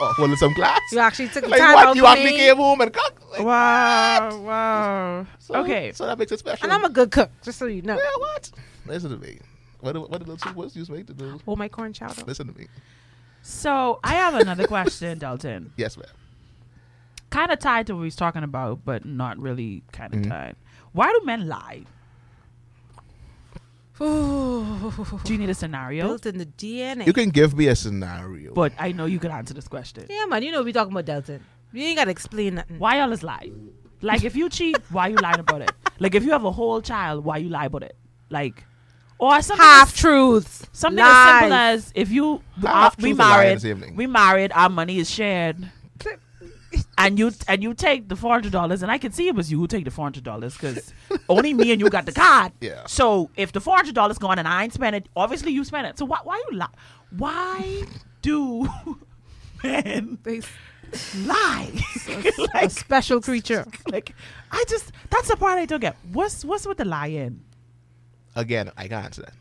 S5: or holding some glass.
S4: You actually
S5: [LAUGHS]
S4: took the
S5: Like
S4: time out
S5: what? You
S4: for
S5: actually
S4: me.
S5: came home and cooked. Like,
S3: Wow, wow.
S5: so-
S3: okay.
S5: So that makes it special.
S4: And I'm a good cook, just so you know.
S3: [LAUGHS]
S5: yeah, what? Listen to me. What do- what do those two words you make to do?
S4: Hold my corn chowder.
S5: Listen to me.
S3: So I have another question, Dalton.
S5: Yes, ma'am.
S3: Kind of tied to what he's talking about, but not really kind of
S5: Mhm.
S3: tied. Why do men lie? Do you need a
S4: [LAUGHS]
S3: scenario?
S4: Built in the DNA.
S5: You can give me a scenario.
S3: But I know you could answer this question.
S4: yeah, man, you know we talking about Delton. You ain't gotta explain nothing.
S3: Why y'all is lie? Like if you cheat, why you lying about it? Like if you have a whole child, why you lie about it? Like or something
S4: Half
S3: as-
S4: truths.
S3: something as simple
S4: Lies.
S3: as if you
S5: Half
S3: we
S5: truth and lying
S3: married
S5: is evening.
S3: we married our money is shared.
S4: [LAUGHS]
S3: And you and you take the four hundred dollars, and I can see it was you who take the four hundred dollars
S5: [LAUGHS]
S3: because only me and you got the card.
S5: Yeah.
S3: So if the four hundred dollars gone and I ain't spent it, obviously you spent it. So why why you lie? Why do [LAUGHS] men
S4: They
S3: lie. [LAUGHS]
S4: a
S3: like,
S4: special creature.
S3: [LAUGHS] like, I just that's the part I don't get. What's what's with the lion?
S5: Again, I can't answer that.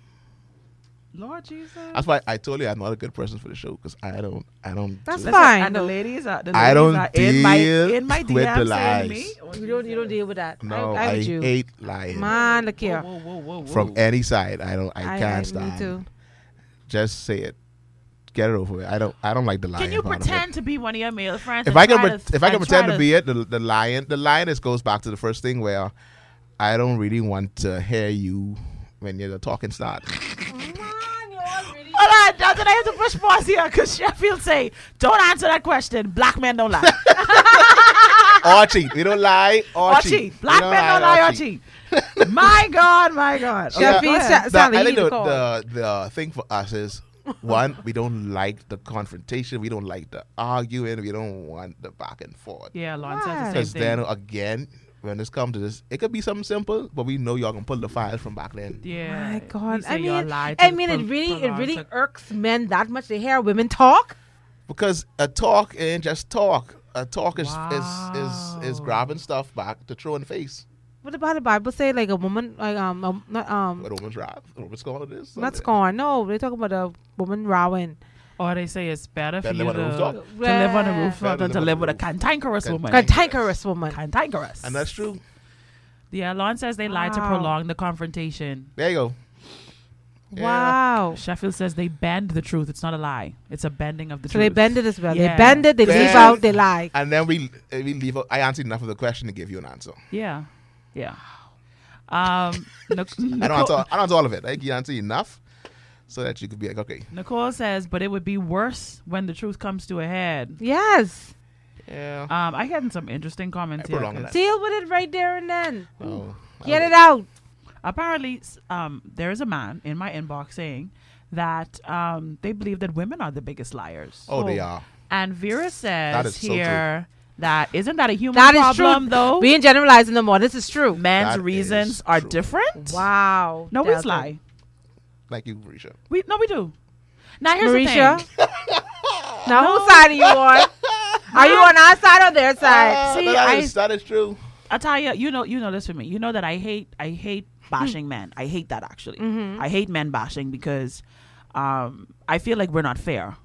S3: Lord Jesus.
S5: That's why I told you I'm not a good person for the show because I don't, I don't.
S4: That's
S5: do-
S3: Listen,
S4: fine.
S3: And the ladies are the ladies
S5: I don't
S3: are in my
S5: deal
S3: in my
S5: with the
S3: DMs saying to
S5: lies.
S3: me.
S4: You don't you don't deal with that.
S5: No,
S4: I,
S5: I,
S4: I, with you.
S5: hate lying
S4: Man, look here.
S3: Whoa, whoa, whoa, whoa.
S5: from any side. I don't, I, can't
S4: Me
S5: stand.
S4: too.
S5: Just say it. Get it over with. I don't, I don't like the lying.
S3: Can you
S5: part of it.
S3: pretend to be one of your male friends?
S5: if
S3: and
S5: I can,
S3: try
S5: pre-
S3: to-
S5: if I can
S3: and
S5: pretend
S3: try
S5: to be it, the, the lion, the lioness goes back to the first thing where I don't really want to hear you when you're the talking start.
S4: [LAUGHS] Oh,
S3: Hold on, now that I have to push pause here because Sheffield say, don't answer that question. Black men
S5: [LAUGHS]
S3: don't lie.
S5: or cheat. We don't lie. Or,
S3: or
S5: cheat.
S3: cheat.
S5: We
S3: Black men don't lie or cheat.
S5: [LAUGHS]
S3: my God, my God.
S4: Yeah,
S3: Okay, go
S4: please,
S3: ahead.
S4: Sa-
S5: The-
S4: Sally,
S5: I
S4: you
S5: think
S4: need to
S5: the,
S4: call.
S5: the the thing for us is one, we don't like the confrontation. We don't like the arguing. We don't want the back and forth.
S3: Yeah, Lon says the
S5: Because
S3: same
S5: then
S3: thing.
S5: again, when this comes to this, it could be something simple, but we know y'all can pull the files from back then.
S3: Yeah.
S4: My
S3: He
S4: God.
S3: say
S4: I
S3: y'all
S4: mean,
S3: lie
S4: I
S3: to
S4: mean, it
S3: pro-
S4: really, it
S3: prolong
S4: really
S3: to-
S4: irks men that much. They hear women talk.
S5: Because a talk ain't just talk. A talk is is, is is
S3: Wow.
S5: grabbing stuff back to throw in the face.
S4: What about the Bible say like a woman like um, um not um
S5: What Roman's rob? Roman's calling this?
S4: not scorn? No, they talk about a woman rowing.
S3: Or Oh, they say it's better for
S5: Better
S3: you
S5: live
S3: to,
S5: on a rooftop.
S3: to live on a
S5: Better
S3: rooftop than
S5: live
S3: to
S5: on a
S3: live with a
S5: roof.
S3: cantankerous woman.
S5: Cant-
S4: Cantankerous woman.
S3: cantankerous.
S5: And that's true.
S3: Yeah, Lon says they lie to
S4: Wow.
S3: prolong the confrontation.
S5: There you go. Yeah.
S4: Wow.
S3: Sheffield says they bend the truth. It's not a lie. It's a bending of the
S4: So
S3: truth.
S4: they bend it as well.
S3: Yeah.
S4: They bend it. They leave
S5: Bend.
S4: out. They lie.
S5: And then we eh, we leave. out- I answered enough of the question to give you an answer.
S3: Yeah. Yeah.
S5: [LAUGHS]
S3: Um, Nic-
S5: I don't
S3: Nicole-
S5: answer. I don't answer all of it. I can answer enough, so that you could be like, okay,
S3: Nicole says, but it would be worse when the truth comes to a head.
S4: Yes.
S5: yeah.
S3: Um, I had some interesting comments
S5: I
S3: here.
S5: prolonged
S3: 'cause
S4: Deal with it right there and then.
S5: Oh,
S4: Get
S5: okay.
S4: it out.
S3: Apparently, s- um, there is a man in my inbox saying that um, they believe that women are the biggest liars.
S5: Oh, they are.
S3: And Vera says
S5: is so true.
S3: here that isn't that a human
S4: That is
S3: problem
S4: true.
S3: though?
S4: We ain't generalizing no more. This is true.
S3: Men's
S5: That
S3: reasons
S5: is
S3: are
S5: true.
S3: different.
S4: Wow.
S3: No, we
S4: Delta.
S3: lie.
S5: Like you, Marisha.
S3: We no, we do. Now here's the
S4: Marisha.
S3: thing.
S4: now whose side are you
S3: [LAUGHS]
S4: on? Are you on our side or their side?
S5: Ah,
S3: see,
S5: but that
S3: I-
S5: is- that is true.
S3: Atalia, you know, you know this for me. You know that I hate, I hate
S4: Hmm.
S3: bashing men. I hate that actually.
S4: Mm-hmm.
S3: I hate men bashing because um, I feel like we're not fair.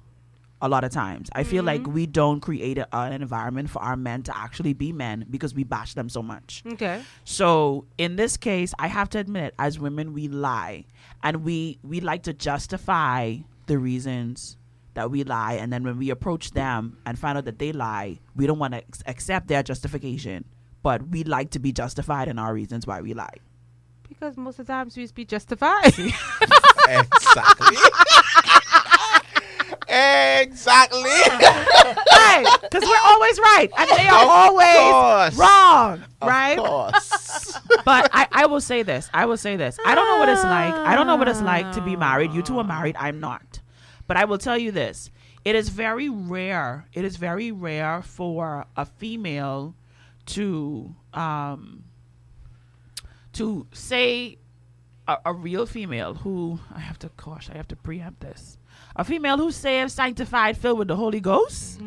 S3: A lot of times, I feel
S4: Mm-hmm.
S3: like we don't create a, an environment for our men to actually be men because we bash them so much.
S4: Okay.
S3: So in this case, I have to admit, as women, we lie, and we we like to justify the reasons that we lie, and then when we approach them and find out that they lie, we don't want to ex- accept their justification, but we like to be justified in our reasons why we lie.
S4: Because most of the times we speak
S3: [LAUGHS]
S4: justified.
S5: exactly. [LAUGHS] exactly.
S3: Right? Because we're always right, and they are
S5: Of
S3: always
S5: course.
S3: wrong.
S5: Of
S3: Right? [LAUGHS]
S5: course.
S3: but I, I will say this. I will say this. I don't know what it's like. I don't know what it's like to be married. You two are married. I'm not. But I will tell you this. It is very rare. It is very rare for a female to um to say a, a real female who I have to gosh, I have to preempt this. A female who's saved, sanctified, filled with the Holy Ghost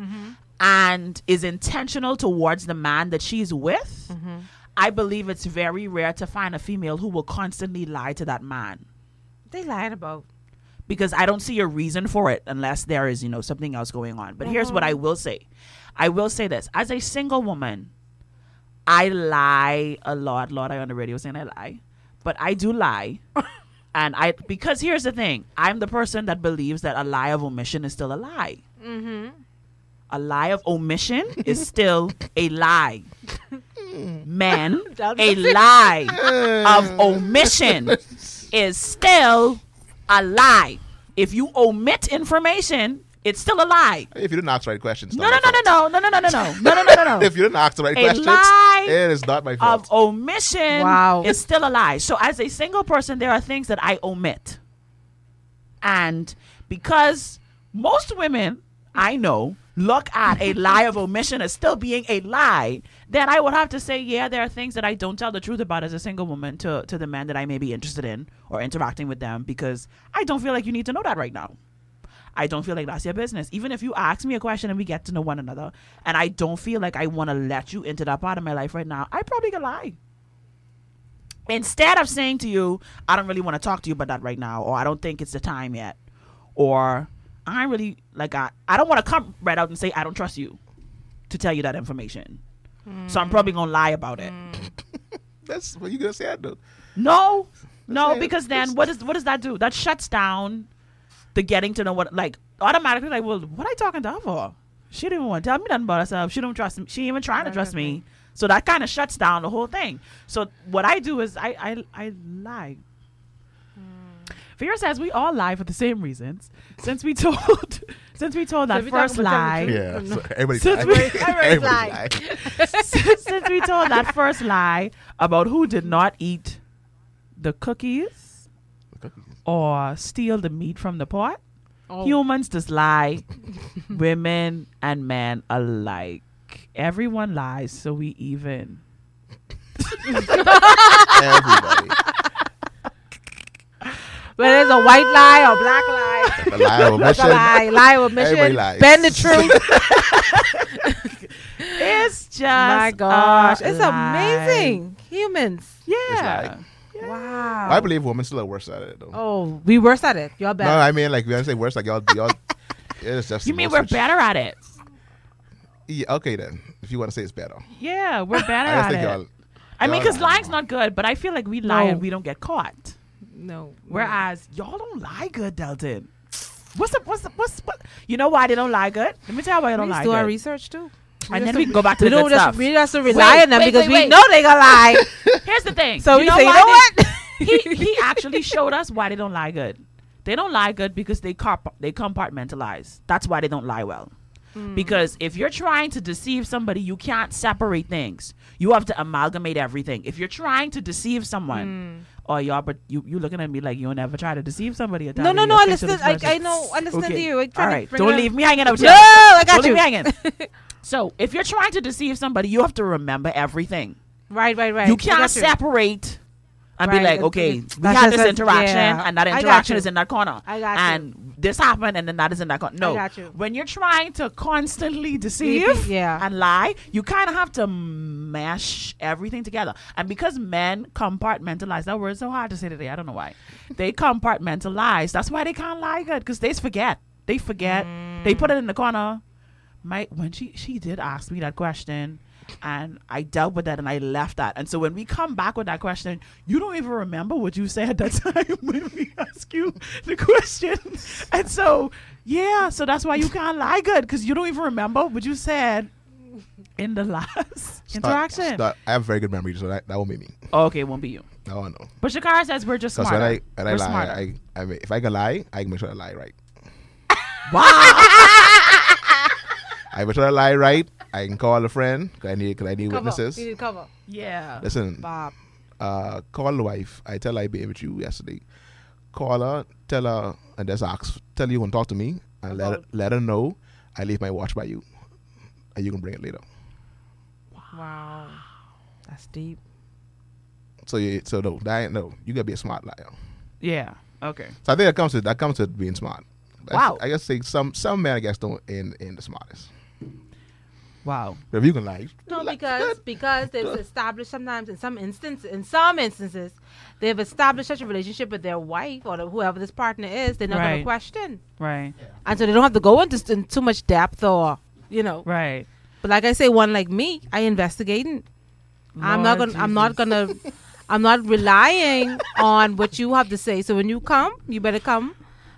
S3: and is intentional towards the man that she's with.
S4: Mm-hmm.
S3: I believe it's very rare to find a female who will constantly lie to that man
S4: they lying about.
S3: because I don't see a reason for it unless there is, you know, something else going on. But here's what I will say. I will say this. As a single woman, I lie a lot. Lord, I on the radio saying I lie. But I do lie. and I because here's the thing. I'm the person that believes that a lie of omission is still a lie. A lie of omission is still a lie. Man, a lie
S5: Mm.
S3: of omission is still a lie. If you omit information, it's still a lie.
S5: if you didn't ask the right questions, it's
S3: No,
S5: not
S3: no,
S5: my
S3: no, no,
S5: fault.
S3: no, no, no, no, no, no,
S5: [LAUGHS]
S3: no, no,
S4: [LAUGHS]
S3: no, no, no.
S5: If you didn't ask the right
S3: A
S5: questions,
S3: lie
S5: it is not my fault.
S3: Of omission
S4: Wow.
S3: is still a lie. So as a single person, there are things that I omit. And because most women I know look at a lie of omission as still being a lie, then I would have to say, yeah, there are things that I don't tell the truth about as a single woman to, to the man that I may be interested in or interacting with them because I don't feel like you need to know that right now. I don't feel like that's your business. Even if you ask me a question and we get to know one another, and I don't feel like I want to let you into that part of my life right now, I probably could lie. Instead of saying to you, I don't really want to talk to you about that right now, or I don't think it's the time yet, or I really like I I don't want to come right out and say I don't trust you to tell you that information. So I'm probably gonna lie about it.
S5: That's what you gonna say. I do.
S3: No, no,
S5: it.
S3: because then what is what does that do? That shuts down the getting to know what like automatically like well what I talking to her for? She didn't want to tell me nothing about herself. She don't trust me. She ain't even trying to trust me. So that kind of shuts down the whole thing. So what I do is I I, I lie. Vera says we all lie for the same reasons. Since we [LAUGHS] told, since we told that
S4: we talking
S3: first
S4: about
S3: lie,
S4: telling
S5: Yeah. So everybody's
S3: Since we-
S5: lying.
S4: everybody's lying.
S5: Everybody's lying.
S3: since [LAUGHS] since we told that first lie about who did not eat the cookies or steal the meat from the pot,
S4: Oh.
S3: humans just lie, [LAUGHS] women and men alike. Everyone lies, so we even. [LAUGHS]
S5: Everybody.
S4: Whether it's a white lie or black lie,
S5: A lie of
S4: it's a
S5: omission.
S4: lie, lie or
S5: Everybody
S4: omission,
S5: lies.
S4: bend the truth.
S3: It's just
S4: My
S3: a
S4: gosh, it's
S3: lie.
S4: amazing. Humans.
S3: Yeah,
S5: like-
S4: Wow.
S5: I believe women still are worse at it though.
S4: oh, we worse at it. Y'all
S5: no,
S4: better.
S5: I mean like we don't say worse. Like y'all, y'all. It's just
S3: you
S5: the
S3: mean
S5: most
S3: we're
S5: ret-
S3: better at it?
S5: Yeah, okay then. If you want to say it's better,
S3: Yeah, we're better
S5: [LAUGHS] I just
S3: at
S5: think
S3: it.
S5: y'all.
S3: I mean,
S5: y'all-
S3: because lying's not good, but I feel like we lie
S4: No.
S3: and we don't get caught.
S4: no.
S3: Whereas y'all don't lie good, Delton. What's up? What's up? What's what? You know why they don't lie good? Let me tell you why they
S4: we
S3: don't
S4: used
S3: lie
S4: to do our
S3: good.
S4: research too.
S3: and then we can go back to the
S4: we don't
S3: good stuff.
S4: just, we just rely on them
S2: wait,
S4: because we
S2: wait, wait.
S4: know they gonna
S3: [LAUGHS]
S4: lie.
S3: Here's the thing.
S4: So
S3: You
S4: we
S3: know
S4: say, you
S3: why
S4: know what?
S3: they- [LAUGHS] he
S4: [LAUGHS]
S3: he actually showed us why they don't lie good. They don't lie good because they carp- they compartmentalize. That's why they don't lie well.
S4: Hmm.
S3: Because if you're trying to deceive somebody, you can't separate things. You have to amalgamate everything. If you're trying to deceive
S4: Mm.
S3: someone,
S4: Hmm.
S3: oh y'all, but you you looking at me like you'll never try to deceive somebody. or
S4: no, no,
S3: Dahlia,
S4: no.
S3: your
S4: I
S3: facial
S4: listen. I, I
S3: expressions.
S4: know. I listen to
S3: Okay.
S4: you. I try
S3: All
S4: to
S3: right.
S4: bring
S3: Don't
S4: it up.
S3: leave me hanging up.
S4: [LAUGHS] No, I got
S3: Don't leave
S4: you.
S3: me hanging. so if you're trying to deceive somebody, you have to remember everything.
S4: [LAUGHS] Right, right, right.
S3: You
S4: I
S3: can't
S4: got you.
S3: separate and
S4: Right,
S3: be like,
S4: that's-
S3: okay, we
S4: that's
S3: had
S4: just
S3: this
S4: us-
S3: interaction
S4: yeah.
S3: and that
S4: I got
S3: interaction
S4: you.
S3: is in that corner.
S4: I got you.
S3: And this happened and then that is in that corner. No.
S4: got you.
S3: When you're trying to constantly deceive
S4: Deceive, yeah.
S3: and lie, you kind of have to mash everything together. And because men compartmentalize, that word's so hard to say today. I don't know why. They [LAUGHS] compartmentalize. That's why they can't lie good because they forget. They forget. They
S4: Mm.
S3: put it in the corner my when she she did ask me that question and I dealt with that and I left that. And so when we come back with that question, you don't even remember what you said that [LAUGHS] time when we ask you the question. And so yeah, so that's why you can't lie good because you don't even remember what you said in the
S5: [LAUGHS]
S3: last
S5: Start-
S3: interaction.
S5: start- I have very good memory, so that, that won't be me.
S3: Okay, it won't be you.
S5: Now I know.
S3: But Shakara says we're just
S5: Because
S3: smarter.
S5: when I when I
S3: we're
S5: lie,
S3: smarter.
S5: I, I mean, if I can lie, I can make sure I lie right.
S3: [LAUGHS] wow.
S5: I make sure I lie right. I can call a friend because I need because I need
S4: Cover. We
S5: witnesses.
S4: need cover.
S3: yeah.
S5: Listen,
S4: Bob.
S5: uh, call the wife. I tell her I been with you yesterday. Call her, tell her, and just ask. Tell you and talk to me, and let her, let her know I leave my watch by you, and you can bring it later.
S4: Wow. That's deep.
S5: So you, so no, that ain't- no. You gotta be a smart liar.
S3: Yeah. Okay.
S5: So I think that comes with that comes with being smart. I-
S3: Wow.
S5: I guess think some some men I guess don't in in the smartest.
S3: Wow.
S5: But if you can lie,
S4: No,
S5: lie
S4: because because they've established sometimes in some instances in some instances they've established such a relationship with their wife or the, whoever this partner is they're not going
S3: Right.
S4: to question,
S3: Right.
S4: and so they don't have to go into s- in too much depth or you know.
S3: Right.
S4: But like I say, one like me, I investigating. I'm not
S3: Lord
S4: gonna. I'm not gonna. I'm not relying on what you have to say. So when you come, you better come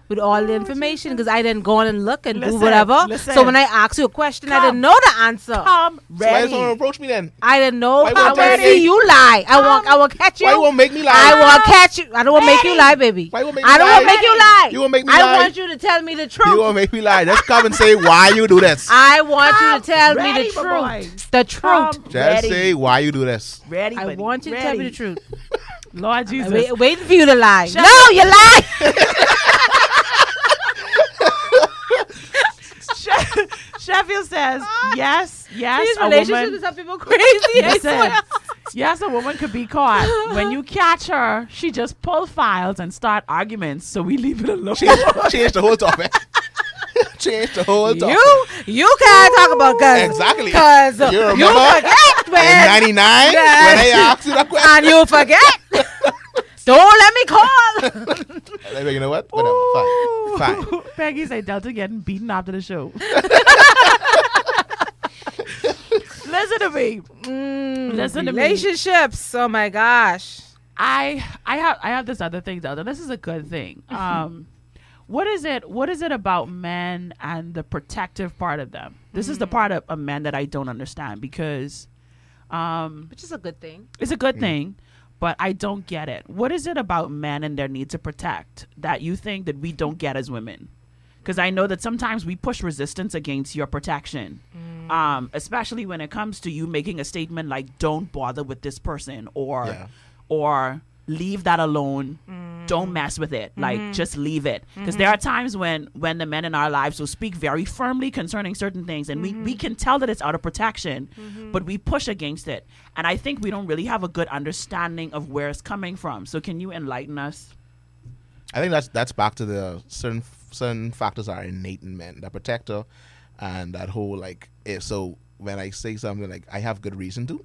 S4: with all the information because I didn't go on and look and
S3: Listen,
S4: do whatever. So
S3: listen.
S4: when I ask you a question, I
S3: Come.
S4: didn't know the answer.
S3: Come
S5: So why does
S3: ready.
S5: someone approach me then?
S4: I didn't know.
S5: Why
S4: I want
S5: won't
S4: to
S5: they-
S4: see you lie. I want. I will catch you.
S5: Why you won't make me lie?
S4: I will catch you. I don't want to make you
S3: Daddy.
S4: lie, baby.
S5: Why you won't make me
S4: I don't
S5: lie?
S4: want to make you lie.
S5: You won't make me
S4: I
S5: lie.
S4: want you to tell me the
S5: You
S4: truth.
S5: won't make me lie. Just come and say why you do this.
S4: I want you
S3: Come
S4: to tell me
S3: ready,
S4: the
S3: my
S4: truth. The
S3: Come
S4: truth.
S5: Just
S3: ready.
S5: say why you do this. [LAUGHS]
S3: Ready.
S4: I
S3: buddy.
S4: want you to tell me the
S3: Ready.
S4: truth.
S3: Lord Jesus.
S4: Wait, waiting for you to lie.
S3: Shut
S4: no, you lie.
S3: [LAUGHS] She-
S4: [LAUGHS]
S3: Sheffield says, yes, yes,
S4: These
S3: a
S4: relationships with
S3: woman.
S4: some people crazy. I
S3: Listen,
S4: swear.
S3: yes, a woman could be caught. When you catch her, she just pull files and start arguments. So we leave it alone.
S5: Change, change the whole topic. [LAUGHS] changed the whole topic.
S4: You you can't talk about guns
S5: Exactly.
S4: because
S5: You
S4: you,
S5: remember?
S4: forget
S5: in
S4: man,
S5: '99 when they asked you that question.
S4: [LAUGHS] and you
S5: [LAUGHS]
S4: forget. Don't let me call.
S5: They were, you know what?
S3: [LAUGHS]
S5: Whatever. Fine. Fine.
S3: Peggy said Delta getting beaten after the
S5: [LAUGHS]
S3: show. Listen to me.
S4: Mm,
S3: Listen to me.
S4: relationships. Oh my gosh.
S3: I I have I have this other thing though. and This is a good thing. Um, what is it? What is it about men and the protective part of them? This is the part of a man that I don't understand because, um,
S4: Which is a good thing.
S3: it's a good thing, but I don't get it. What is it about men and their need to protect that you think that we don't get as women? Because I know that sometimes we push resistance against your protection, um, especially when it comes to you making a statement like "Don't bother with this person" or
S5: Yeah.
S3: or "Leave that alone." Don't mess with it. Like, just leave it. Because there are times when when the men in our lives will speak very firmly concerning certain things, and we we can tell that it's out of protection, but we push against it. And I think we don't really have a good understanding of where it's coming from. So, can you enlighten us?
S5: I think that's that's back to the certain certain factors are innate in men, that protector, and that whole like. eh, So when I say something like I have good reason to,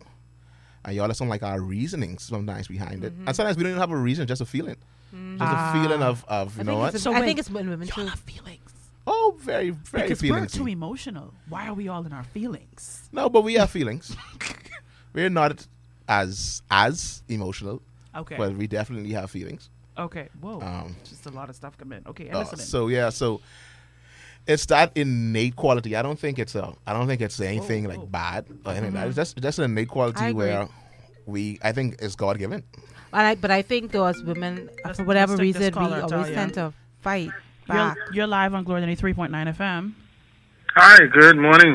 S5: and y'all just don't like our reasoning sometimes behind it,
S4: Mm-hmm.
S5: and sometimes we don't even have a reason, just a feeling, just a feeling of of you know what?
S3: So
S4: Ah. I
S3: wait.
S4: think it's women women too.
S3: Y'all are feelings.
S5: oh, very very
S3: Because we're
S5: feelings.
S3: too emotional. Why are we all in our feelings?
S5: No, but we have feelings. We're not as as emotional,
S3: Okay.
S5: but we definitely have feelings.
S3: okay. Whoa.
S5: Um,
S3: Just a lot of stuff coming. Okay.
S5: Uh,
S3: Anderson.
S5: so yeah, so it's that innate quality. I don't think it's a. I don't think it's anything like
S3: oh.
S5: bad or anything. like that. It's just just an innate
S4: I
S5: quality
S4: agree.
S5: where we. I think it's God given.
S4: And I, but I think though, as women,
S3: Let's-
S4: for whatever
S3: let's take this
S4: reason, we
S3: caller,
S4: always
S3: Talia.
S4: tend to fight
S3: you're,
S4: back.
S3: you're live on Glory 93.9 FM.
S6: Hi, good morning.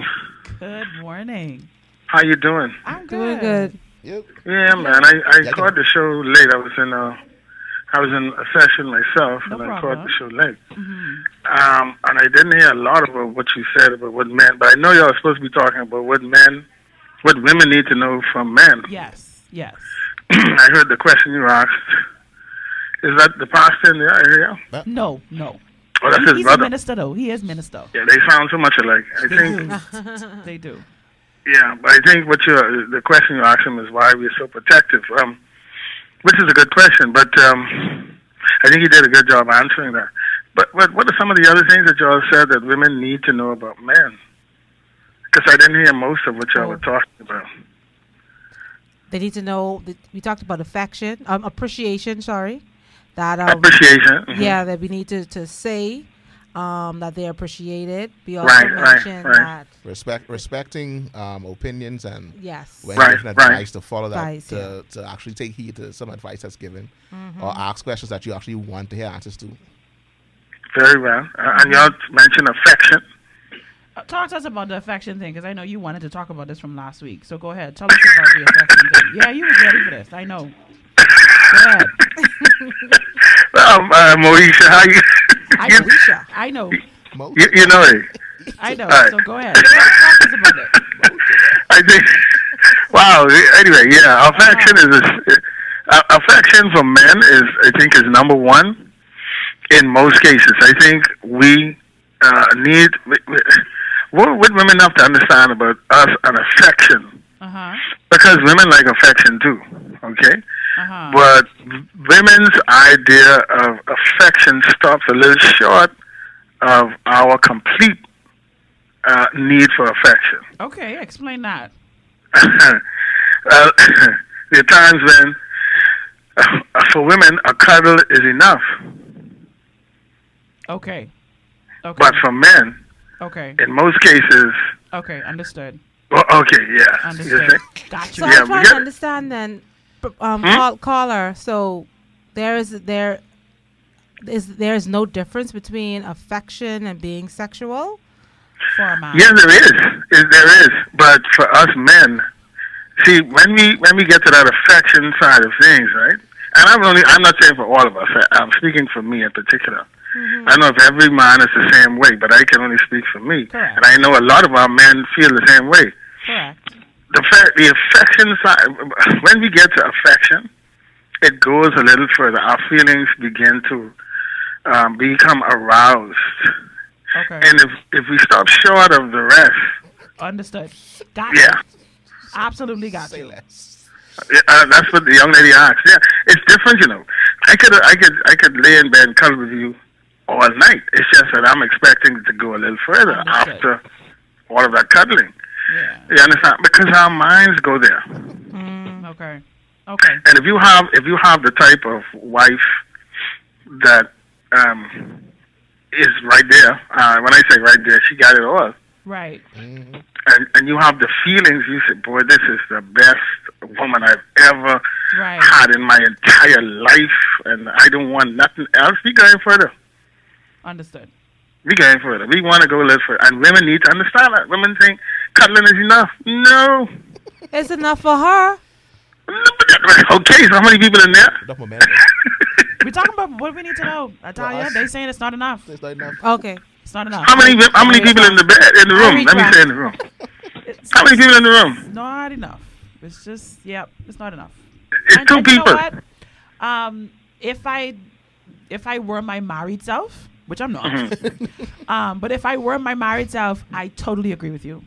S3: Good morning.
S6: How you doing?
S3: I'm
S4: Doing good.
S5: Yep.
S6: Yeah, man. I, I
S5: Yeah, I
S6: caught
S5: can-
S6: the show late. I was in a, I was in a session myself,
S3: No
S6: and I
S3: problem. Mm-hmm.
S6: caught the show late. Um, and I didn't hear a lot about what you said about what men. But I know y'all are supposed to be talking about what men, what women need to know from men. [CLEARS THROAT]
S3: Yes. Yes.
S6: I heard the question you asked. Is that the pastor in the area?
S3: No. No.
S6: Oh, that's his
S3: He's a
S6: brother.
S3: minister, though. He is minister.
S6: Yeah, they sound so much alike. I
S3: They
S6: think.
S3: do. they do.
S6: Yeah, but I think what you the question you asked him is why we're so protective, um, which is a good question. But um, I think he did a good job answering that. But, but what are some of the other things that y'all said that women need to know about men? Because I didn't hear most of what y'all were talking about.
S4: They need to know. That we talked about affection, um, appreciation. Sorry, that
S3: Oh.
S4: um,
S6: Appreciation. mhm.
S4: yeah, that we need to to say um, that they are appreciated. We also
S6: Right, right,
S4: mentioned
S6: right.
S4: that
S5: Respect respecting um, opinions and
S4: yes,
S5: when
S6: Right,
S5: given
S6: right.
S5: advice to follow that
S4: Advice,
S5: to, to actually take heed to some advice that's given
S6: Mm-hmm.
S5: or ask questions that you actually want to hear answers to.
S6: Very well. Uh, and y'all mentioned affection. [LAUGHS]
S3: Uh, Talk to us about the affection thing, because I know you wanted to talk about this from last week. So go ahead. Tell us about the affection thing. Yeah, you were ready for this. I know. Go ahead.
S6: Um, uh, Moesha, how you?
S3: I
S6: [LAUGHS] you,
S3: know. I know.
S5: Mo-
S6: you, you know it.
S5: [LAUGHS]
S3: I know.
S6: Alright.
S3: So go ahead. Talk talk to us about it.
S6: [LAUGHS] I think. Wow. Anyway, yeah, affection is a, uh, affection for men is I think is number one in most cases. I think we uh, need we, we, what, what women have to understand about us and affection
S3: Uh huh.
S6: because women like affection too. Okay.
S3: Uh huh.
S6: But women's idea of affection stops a little short of our complete uh, need for affection. [LAUGHS]
S3: Okay, explain that.
S6: uh, [COUGHS] there are times when, uh, for women, a cuddle is enough,
S3: Okay. Okay.
S6: but for men,
S3: okay.
S6: in most cases,
S3: Okay. Understood.
S6: well, okay, yeah, you
S3: Understood.
S6: think?
S3: Got you.
S4: So
S6: Yeah,
S4: I'm
S6: we
S4: trying
S6: get
S4: to
S6: it.
S4: understand then, p- um,
S6: Hmm?
S4: call, caller. So there is there is there is no difference between affection and being sexual.
S3: For a man.
S6: yeah, there is, Is- there is, but for us men, see, when we when we get to that affection side of things, right? And I'm only I'm not saying for all of us. I, I'm speaking for me in particular. I don't know if every man is the same way, but I can only speak for me,
S3: Correct.
S6: and I know a lot of our men feel the same way.
S3: Correct.
S6: the fact the affection side when we get to affection it goes a little further our feelings begin to um, become aroused
S3: Okay.
S6: And if if we stop short of the rest,
S3: Understood. Got
S6: yeah,
S3: you. Absolutely got
S5: Say
S3: you.
S5: less.
S6: Yeah, uh, that's what the young lady asked. Yeah, it's different, you know. I could I could I could lay in bed and cuddle with you all night. It's just that I'm expecting it to go a little further
S3: Understood.
S6: after all of that cuddling.
S3: Yeah.
S6: You understand? Because our minds go there.
S3: Okay. Okay.
S6: And if you have if you have the type of wife that um, is right there, uh, when I say right there, she got it all.
S3: Right.
S5: Mm-hmm.
S6: And and you have the feelings. You say, boy, this is the best woman I've ever
S3: Right.
S6: had in my entire life, and I don't want nothing else. We going further.
S3: Understood.
S6: We going further. We want to go a little further. And women need to understand that. Women think cuddling is enough. No.
S4: It's enough for her.
S6: Okay, so how many people in there?
S5: Enough momentum.
S3: We're
S6: [LAUGHS]
S3: talking about what we need to know, Natalia.
S5: us-
S3: They saying it's not enough.
S5: It's not enough.
S4: Okay.
S3: It's not enough.
S6: How many how many people in the bed in the room? Let me say in the room.
S3: It's
S6: How many people in the room?
S3: not enough. It's just yep. It's not enough.
S6: It's
S3: And-
S6: two
S3: and you know
S6: people.
S3: what? um, if I if I were my married self, which I'm
S6: Mm-hmm.
S3: not,
S4: Oh.
S5: [LAUGHS]
S3: um, but if I were my married self, I totally agree with you.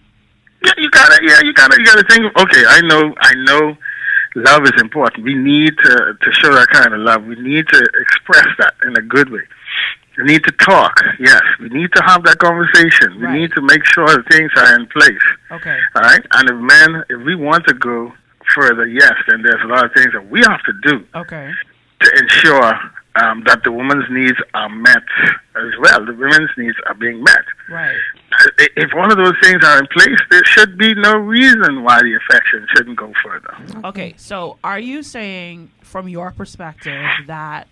S6: Yeah, you gotta yeah, you gotta you gotta think okay, I know I know love is important. We need to to show that kind of love. We need to express that in a good way. We need to talk, yes. We need to have that conversation. We
S3: Right.
S6: need to make sure that things are in place.
S3: Okay.
S6: All right? And if men if we want to go further, yes, then there's a lot of things that we have to do
S3: Okay.
S6: to ensure um, that the woman's needs are met as well. The women's needs are being met.
S3: Right.
S6: I- If one of those things are in place, there should be no reason why the affection shouldn't go further.
S3: Okay. So, are you saying, from your perspective, that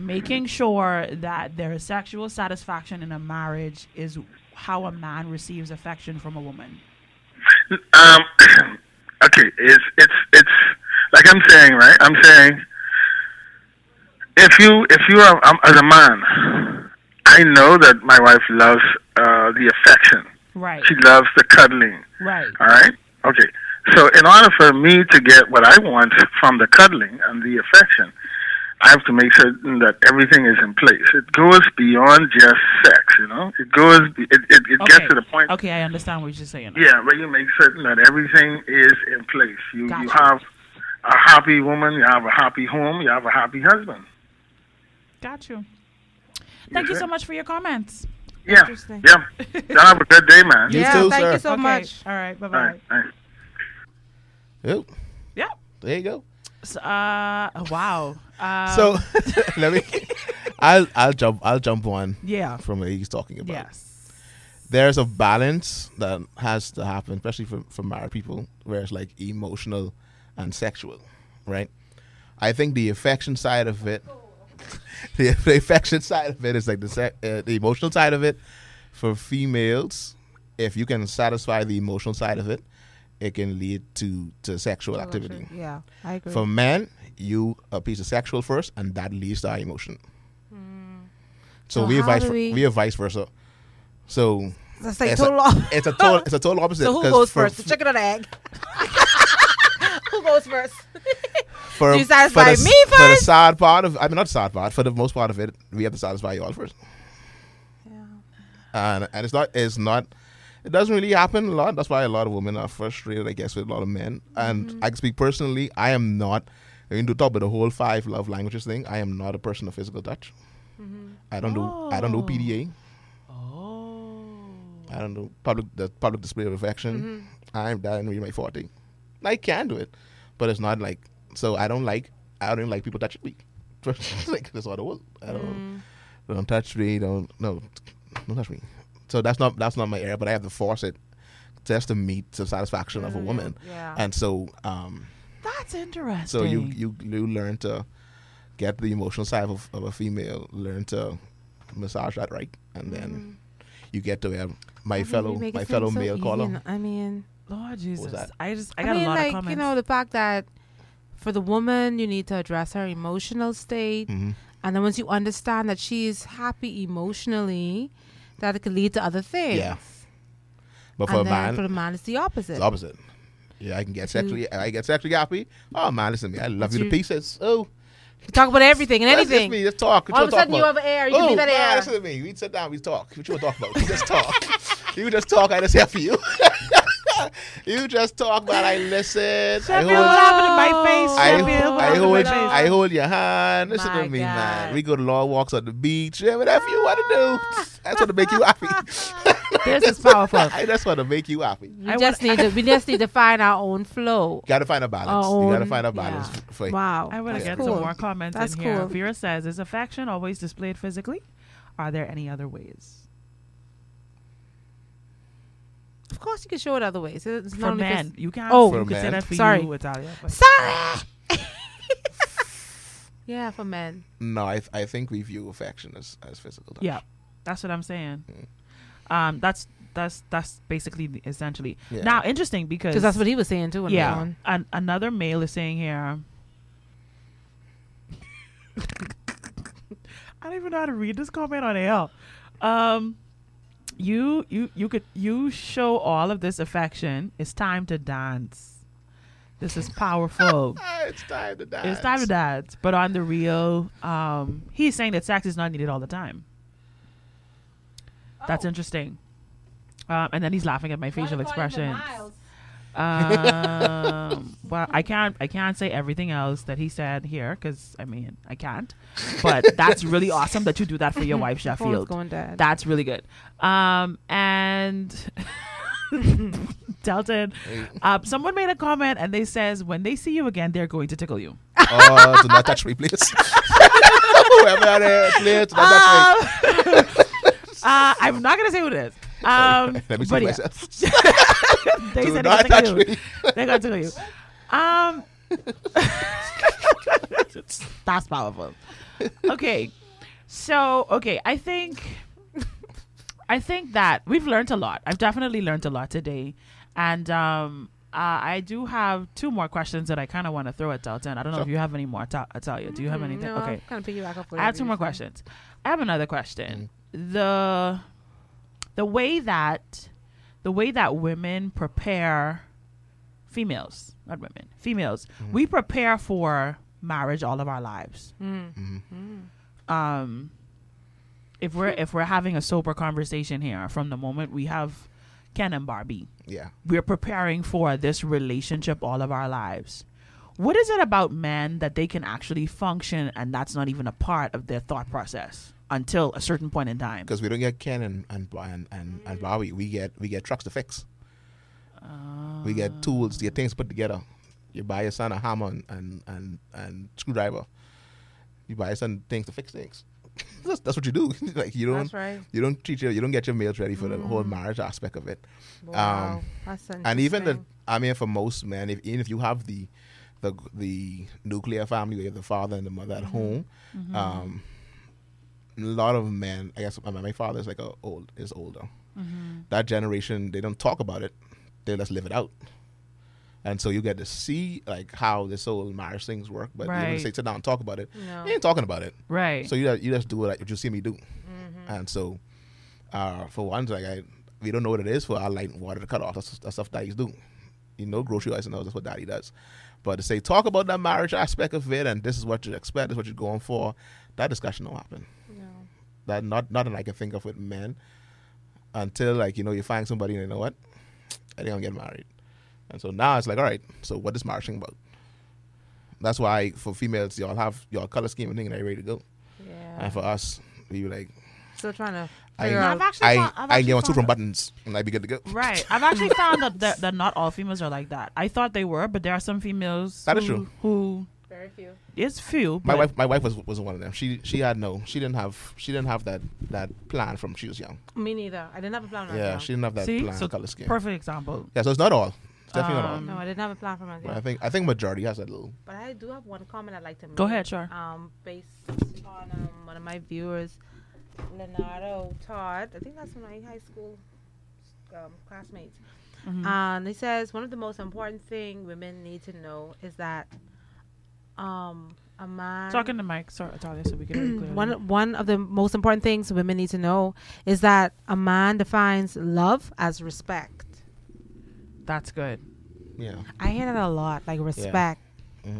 S3: making sure that there is sexual satisfaction in a marriage is how a man receives affection from a woman?
S6: Um, [CLEARS THROAT] okay, it's it's it's like I'm saying, right? I'm saying if you if you are um, as a man, I know that my wife loves uh, the affection.
S3: Right.
S6: She loves the cuddling.
S3: Right.
S6: All right. Okay. So in order for me to get what I want from the cuddling and the affection, I have to make certain that everything is in place. It goes beyond just sex, you know. It goes. It it, it
S3: Okay.
S6: gets to the point.
S3: Okay, I understand what you're saying.
S6: Yeah, where you make certain that everything is in place. You you
S3: Gotcha.
S6: have a happy woman. You have a happy home. You have a happy husband.
S3: Got you. Thank you
S6: sir.
S3: so much for your comments.
S6: Yeah.
S4: Interesting.
S3: [LAUGHS]
S6: Yeah. Y'all have a good day, man.
S5: You
S4: yeah.
S5: too,
S4: thank
S5: sir.
S4: you so
S3: Okay,
S4: much.
S3: All right. Bye
S6: All
S3: bye.
S6: right. All right.
S5: Oh,
S3: Yeah.
S5: there you go.
S3: So, uh, wow.
S4: Um,
S3: Uh,
S5: So [LAUGHS]
S4: [LAUGHS]
S5: let me. I'll I'll jump I'll jump one
S3: yeah.
S5: from what he's talking about.
S3: Yes.
S5: There's a balance that has to happen, especially for for married people, where it's like emotional and sexual, right? I think the affection side of it, [LAUGHS] the, the affection side of it is like the sec, uh, the emotional side of it. For females, if you can satisfy the emotional side of it, it can lead to to
S4: Oh,
S5: sexual activity.
S4: Yeah, I agree.
S5: For men, you a piece of sexual first, and that leads to our emotion. So,
S4: Hmm. So
S5: we are
S4: how
S5: vice
S4: do we-
S5: we are vice versa. So
S4: That's like
S5: it's,
S4: total.
S5: a, it's a
S4: [LAUGHS]
S5: total it's a total opposite.
S4: so who
S5: 'cause
S4: goes
S5: for,
S4: first? The chicken or the egg? [LAUGHS] who goes first?
S5: For,
S4: You satisfy
S5: for the,
S4: me
S5: For the
S4: first?
S5: sad part of I mean not the sad part. For the most part of it, we have to satisfy you all first. And and it's not it's not it doesn't really happen a lot. That's why a lot of women are frustrated, I guess, with a lot of men. And
S4: Mm-hmm.
S5: I can speak personally. I am not. I mean, to talk about the whole five love languages thing, I am not a person of physical touch.
S4: Mm-hmm.
S5: I don't do. I don't
S4: Oh.
S5: do PDA. I don't do public the public display of affection. I'm that ain't really my forte. I can do it, but it's not like so. I don't like. I don't even like people touching me. [LAUGHS] like that's all the world. I don't. Don't touch me. Don't no. Don't touch me. So that's not that's not my area. But I have to force it just to meet the satisfaction
S4: Mm.
S5: of a woman.
S4: yeah.
S5: And so um,
S3: That's interesting.
S5: so you, you you learn to get the emotional side of, of a female, learn to massage that right, and then you get to have my fellow
S4: Mm-hmm. You make it
S5: my
S4: seem
S5: fellow
S4: so
S5: male
S4: easy,
S5: caller.
S4: and- I mean,
S3: Lord Jesus,
S5: that?
S3: I just I
S4: I,
S3: got
S4: mean,
S3: a lot
S4: like
S3: of comments.
S4: you know, the fact that for the woman, you need to address her emotional state,
S5: Mm-hmm.
S4: and then once you understand that she's happy emotionally, that it could lead to other things.
S5: Yeah. But
S4: And
S5: for a
S4: then
S5: man,
S4: for the man, it's the opposite.
S5: it's opposite. Yeah, I can get sexually I get sexually happy. Oh man, listen to me, I love you to pieces. Oh,
S4: We talk about everything and
S5: That's
S4: anything.
S5: just me. Just talk. What
S4: All
S5: you
S4: of a
S5: wanna
S4: sudden, you
S5: talk
S4: have
S5: about?
S4: air. You can
S5: oh,
S4: be that
S5: nah,
S4: air.
S5: listen to me. We sit down. We talk. What you want to talk about? You just talk. [LAUGHS] you just talk. I just help you. [LAUGHS] you just talk, but I listen. I
S3: Sheffield, what's
S5: hold,
S3: happening in my face?
S5: I,
S3: Sheffield,
S5: ho-
S3: what's
S5: I
S3: happening in my
S5: hold,
S3: face?
S5: I hold your hand. Listen
S4: My
S5: to me,
S4: God.
S5: man. We go to long walks on the beach. Yeah, Whatever you want to do. That's what to make
S3: [LAUGHS]
S5: you happy.
S3: This is powerful.
S5: [LAUGHS] I just want to make you happy.
S4: We
S3: I
S4: just need to. We just need to find our own flow.
S5: You gotta find a balance.
S4: Our
S5: you gotta
S3: Um,
S4: own-
S5: find a
S4: yeah.
S5: balance. f- For,
S4: Wow.
S3: I want
S4: that's
S3: to get
S4: cool.
S3: some more comments
S4: That's
S3: in here.
S4: cool.
S3: Vera says, "Is affection always displayed physically? Are there any other ways?"
S4: Of course, you can show it other ways. It's
S3: For
S4: not only
S3: men, you can't.
S4: Oh.
S5: For
S3: you could say
S5: men.
S3: that for
S4: Sorry.
S3: you, Italia. but-
S4: Sorry. [LAUGHS] yeah, for men.
S5: No, I, I think we view affection as, as physical touch.
S3: Yeah, that's what I'm saying. Um, that's that's that's basically the- essentially.
S5: Mm. Yeah.
S3: Now, interesting because
S4: Because that's what he was saying too. when I was
S3: yeah,
S4: on.
S3: an, another male is saying here. I don't even know how to read this comment on AL. Um, you you you could you show all of this affection. It's time to dance. This is powerful.
S5: [LAUGHS] Ah, it's time to die.
S3: Oh. it's time to dance. But on the real, um, he's saying that sex is not needed all the time. That's interesting. Um, and then he's laughing at my facial expression. Um, well, I can't. I can't say everything else that he said here because I mean I can't. But that's really awesome that you do that for your wife,
S4: Phone's
S3: Sheffield.
S4: going dead.
S3: That's really good. Um, and [LAUGHS] Delton, uh, someone made a comment and they says when they see you again, they're going to tickle
S5: [LAUGHS]
S3: you.
S5: [LAUGHS] Oh, do not touch me, please. [LAUGHS] Whoever had it, please, do not touch
S3: Ah,
S5: me.
S3: [LAUGHS] Uh, I'm not gonna say who it is. Um,
S5: [LAUGHS] Let me see
S3: but yeah,
S5: myself.
S3: [LAUGHS] they
S5: Do
S3: said they're gonna
S5: not touch
S3: tickle you.
S5: me.
S3: They're gonna tickle you. Um, [LAUGHS] that's powerful. Okay, so okay, I think, I think that we've learned a lot. I've definitely learned a lot today, and um, uh, I do have two more questions that I kind of want to throw at Delton. I don't know if you have any more. Ta- Atalia, do you have anything?
S4: No,
S3: okay,
S4: I'm kind of piggyback off.
S3: I have two more questions. I have another question. The the way that the way that women prepare females, not women, females, we prepare for marriage all of our lives. Um if we're if we're having a sober conversation here from the moment we have Ken and Barbie
S5: Yeah.
S3: we're preparing for this relationship all of our lives. What is it about men that they can actually function and that's not even a part of their thought process until a certain point in time?
S5: Because we don't get Ken and and and, and,
S4: Mm.
S5: and Bowie. We get we get trucks to fix.
S4: Ah.
S5: we get tools, to get things put together. You buy your son a hammer and and, and, and screwdriver. You buy your son things to fix things. [LAUGHS] that's, that's what you do. [LAUGHS] like you don't
S4: That's right. Mm.
S5: you don't treat your you don't get your males ready for the whole marriage aspect of it.
S4: Wow. That's
S5: Um, and even the
S4: interesting.
S5: I mean, for most men, if even if you have the the the nuclear family where you have the father and the mother
S4: Mm-hmm.
S5: at home, um, a lot of men, I guess my, my father is like a old is older.
S4: Mm-hmm.
S5: That generation, they don't talk about it; they just live it out. And so you get to see like how this whole marriage things work, but even
S3: Right.
S5: if they sit down and talk about it,
S4: No.
S5: they ain't talking about it.
S3: Right.
S5: So you just- you just do what, I- what you see me do, and so uh, for one, like I we don't know what it is for our light and water to cut off. That's, that's stuff daddies do. You know, grocery license knows that's what daddy does. But to say talk about that marriage aspect of it, and this is what you expect, this is what you're going for, that discussion don't happen. That not nothing I can think of with men until like you know you find somebody and you know what I think I'm getting married, and so now it's like all right, so what is marriage thing about? That's why for females y'all have your color scheme and thing and they ready to go,
S4: yeah.
S5: and for us we were like
S4: Still trying to
S5: I-
S4: figure out.
S3: I've actually
S5: I
S3: found- I've
S5: I
S3: actually
S5: get on two
S3: found
S5: from
S3: a-
S5: buttons and I be good to go.
S3: Right. [LAUGHS] I've actually found that, that that not all females are like that. I thought they were, but there are some females
S5: That
S3: who,
S5: is true.
S3: who
S4: Very few.
S3: it's few.
S5: my
S3: but-
S5: wife my wife was was one of them she she had no she didn't have she didn't have that that plan from she was young
S4: Me neither. I didn't have a plan.
S5: yeah she didn't have that
S3: See?
S5: plan
S3: So
S5: color scheme
S3: perfect example.
S5: yeah so it's not all it's definitely
S3: Um,
S5: not
S4: No, I didn't have a plan for myself.
S5: all but i think i think majority has that little
S4: But I do have one comment I'd like to make.
S3: Go ahead, Char.
S4: Um, based on um, one of my viewers, Leonardo Todd. I think that's my high school um, classmates. And he says one of the most important thing women need to know is that um, a man.
S3: Talking to Mike, sorry, Italia, so we [CLEARS THROAT] can hear you clearly.
S4: one one of the most important things women need to know is that a man defines love as respect.
S3: That's good.
S5: yeah Mm-hmm.
S4: I hear that a lot, like respect,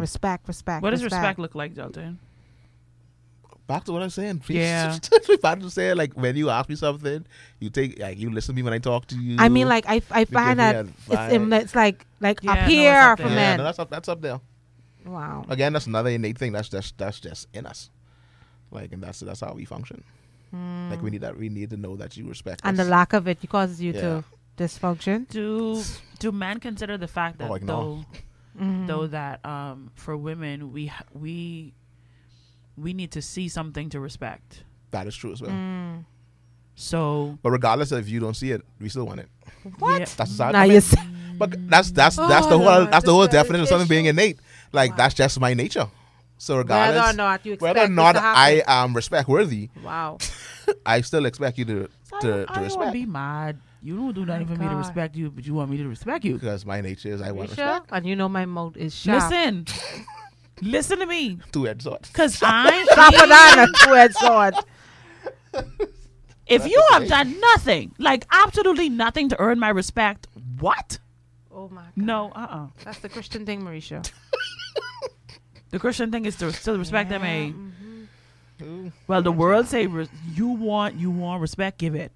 S4: respect, respect.
S3: What does respect look like, Delton?
S5: back to what I'm saying. [LAUGHS]
S3: Yeah.
S5: back to saying like when you ask me something, you take like you listen to me when I talk to you.
S4: I mean, like I, I find
S5: we
S4: that
S5: had
S4: it's, in-
S5: five-
S4: it's like like
S3: Yeah,
S4: up
S3: no, it's
S4: here
S3: up
S4: for
S3: there.
S5: yeah,
S4: men.
S5: no, that's up that's up there.
S4: wow.
S5: Again, that's another innate thing. That's just that's just in us. Like and that's that's how we function. Like we need that we need to know that you respect
S4: Hmm. And the
S5: us.
S4: lack of it causes you
S5: Yeah.
S4: to dysfunction.
S3: do do men consider the fact that
S5: Oh, ignore.
S3: though though that um for women we h- we we need to see something to respect
S5: that is true as well.
S4: Hmm.
S3: so
S5: But regardless of if you don't see it, we still want it.
S3: what
S5: That's the side
S4: Now
S5: of
S4: you
S5: it. [LAUGHS]
S4: see,
S5: But that's that's that's the
S4: Oh,
S5: whole
S4: Lord,
S5: that's the whole
S4: this is
S5: definition of something being innate. Like that's just my nature. So regardless
S4: whether or not you expect
S5: whether or
S4: this
S5: not
S4: to
S5: I
S4: happen.
S5: am respect worthy, [LAUGHS]
S4: wow.
S5: I still expect you to
S3: I
S5: to,
S3: don't,
S5: to
S3: want to
S5: respect
S3: be mad you don't do nothing
S4: My
S3: for me to
S4: God.
S3: respect you but you want me to respect
S5: [LAUGHS]
S3: you
S5: because my nature is I
S4: You
S5: want
S4: sure?
S5: respect.
S4: And you know my mode is sharp.
S3: listen listen to me
S5: Two edged sword.
S3: because i
S4: Sharper
S3: [LAUGHS]
S4: than a two-edged sword.
S3: if you have
S5: okay.
S3: done nothing like absolutely nothing to earn my respect what
S4: Oh my. God.
S3: no uh-uh
S4: That's the Christian thing, Marisha.
S3: the christian thing is to still respect them eh?
S5: Ooh.
S3: well the world say re- you want you want respect give it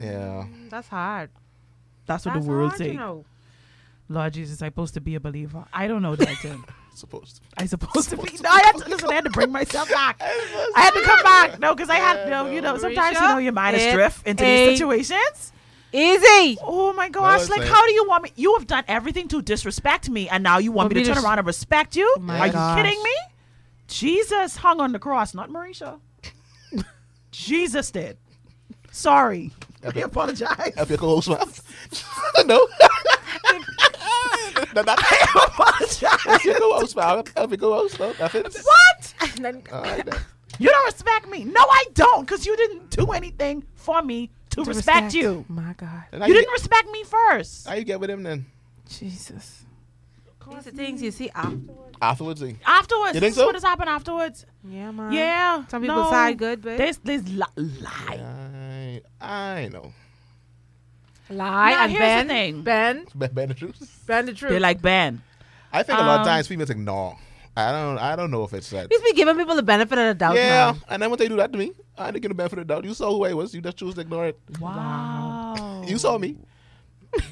S5: Yeah.
S4: That's hard.
S3: that's what
S4: That's
S3: the world
S4: hard,
S3: say
S4: you know.
S3: Lord Jesus, I supposed to be a believer. I don't know that thing.
S5: Supposed to.
S3: I supposed to be. No, I had to listen. I had to bring myself back. I had to come back. No, because I had no. You know, sometimes you know your mind is
S4: It
S3: drift into these
S4: ain't-
S3: situations.
S5: [LAUGHS]
S4: Easy.
S3: Oh my gosh!
S5: it's
S3: Like,
S5: like-
S3: how do you want me? You have done everything to disrespect me, and now you want
S4: For
S3: me
S4: me
S3: to
S4: to
S3: turn
S4: s-
S3: around and respect you?
S4: my
S3: Are
S4: gosh.
S3: you kidding me? Jesus hung on the cross, not
S4: [LAUGHS]
S3: Marisha. Jesus did. Sorry, I apologize. [LAUGHS]
S5: Help your co-host mouth. [LAUGHS] no. no, not
S3: I apologize.
S5: help your co-host mouth. Help your co-host mouth. Nothing.
S3: What?
S5: All right, then.
S3: You don't respect me. No, I don't, because you didn't do anything for me to, respect, you.
S4: My God.
S5: And how
S3: You
S5: you
S3: didn't
S5: get-
S3: respect me first.
S5: How you get with him then?
S4: Jesus. These are things you see after.
S5: Afterwards, eh? he-
S3: afterwards,
S5: You
S3: this
S5: think
S3: is
S5: so?
S3: what has happened afterwards.
S4: Yeah, man.
S3: Yeah.
S4: Uh-huh. Some people
S3: no.
S4: side good, but
S3: This this li- lie.
S5: I, I know.
S4: lie
S3: Now,
S4: and
S3: here's the
S4: bend,
S3: thing.
S4: bend,
S5: Be- Better truth.
S4: bend the truth.
S3: They're like Ben.
S5: I think a lot
S3: Um,
S5: of times people just ignore. I don't. I don't know if it's that.
S4: Please be giving people the benefit of the doubt.
S5: Yeah,
S4: man.
S5: and then when they do that to me, I didn't get the benefit of the doubt. You saw who I was. You just choose to ignore it.
S3: Wow.
S5: You saw me.
S3: Oh,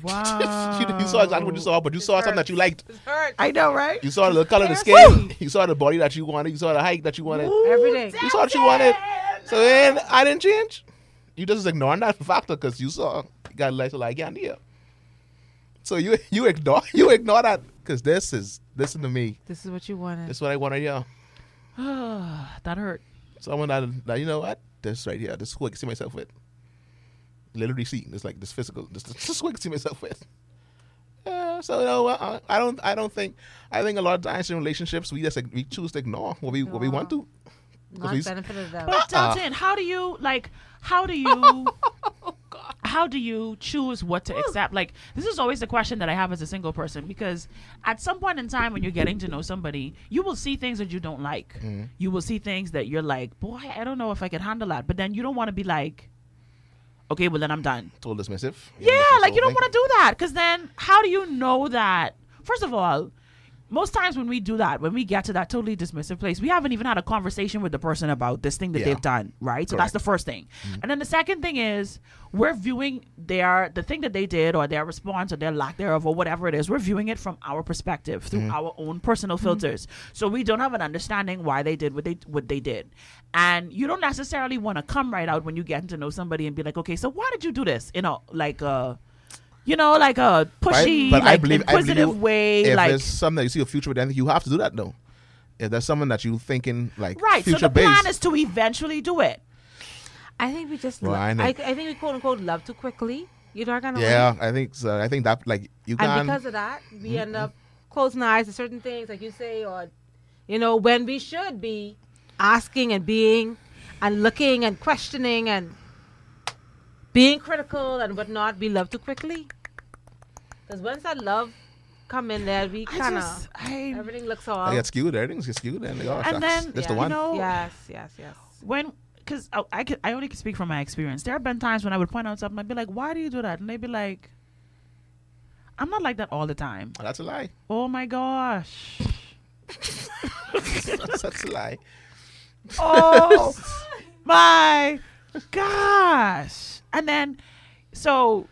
S3: Wow.
S5: [LAUGHS] you, you saw exactly what you saw, but you saw something that you liked.
S4: It's hurt.
S3: I know, right?
S5: You saw the color of the skin. You saw the body that you wanted. You saw the height that you wanted.
S4: Everything.
S5: You saw what you wanted. So then I didn't change. You just ignoring that factor because you saw you got like like candy. here. So you you ignore [LAUGHS] you ignore that because this is listen to me.
S4: This is what you wanted.
S5: This is what I want right here.
S3: [SIGHS] that hurt.
S5: Someone that, that you know what this right here. This is who I can see myself with. Literally see it's like this physical. This, this is who I can see myself with. Yeah, so you know, I, I don't I don't think I think a lot of times in relationships we just like, we choose to ignore what we what we want to. 'Cause
S4: Not
S5: we s-
S4: benefit of the doubt.
S3: But Dalton, how do you like? How do [LAUGHS] you? Oh, How do you choose what to accept? Like this is always the question that I have as a single person because at some point in time when you're getting to know somebody, you will see things that you don't like. You will see things that you're like, boy, I don't know if I can handle that. But then you don't want to be like, okay, well then I'm done.
S5: total dismissive.
S3: Yeah, like you don't want to do that because then how do you know that? First of all, most times when we do that, when we get to that totally dismissive place, we haven't even had a conversation with the person about this thing that
S5: Yeah.
S3: they've done, right? So that's
S5: Correct. Mm-hmm.
S3: the first thing. And then the second thing is we're viewing their the thing that they did or their response or their lack thereof or whatever it is. We're viewing it from our perspective through
S5: Mm-hmm.
S3: our own personal filters. So we don't have an understanding why they did what they what they did. And you don't necessarily want to come right out when you get to know somebody and be like, okay, so why did you do this? You know, like uh you know, like a pushy, like inquisitive way,
S5: If
S3: like
S5: there's something that you see a future with, I think you have to do that though. If there's someone that you thinking like
S3: Right.
S5: future
S3: so the
S5: based,
S3: plan is to eventually do it.
S4: I think we just.
S5: Well,
S4: lo-
S5: I know.
S4: I, I think we quote unquote love too quickly. You know, kind of.
S5: yeah, I think so. I think that like you
S4: And
S5: can
S4: because of that,
S5: Mm-hmm.
S4: we end up closing eyes to certain things, like you say, or you know, when we should be asking and being and looking and questioning and being critical and whatnot, we love too quickly. Because once that love come in there, we kind of
S3: I,
S4: everything looks all.
S5: I get skewed. Everything's get skewed, and like, oh,
S3: And
S5: shucks,
S3: then,
S5: this
S4: yeah.
S5: the
S4: You
S5: one.
S3: know-
S4: Yes, yes, yes.
S3: when because I, I could I only can speak from my experience. There have been times when I would point out something. I'd be like, "Why do you do that?" And they'd be like, "I'm not like that all the time."
S5: Oh, that's a lie. [LAUGHS]
S3: Oh my gosh.
S5: That's, that's a lie.
S3: Oh my gosh. And then so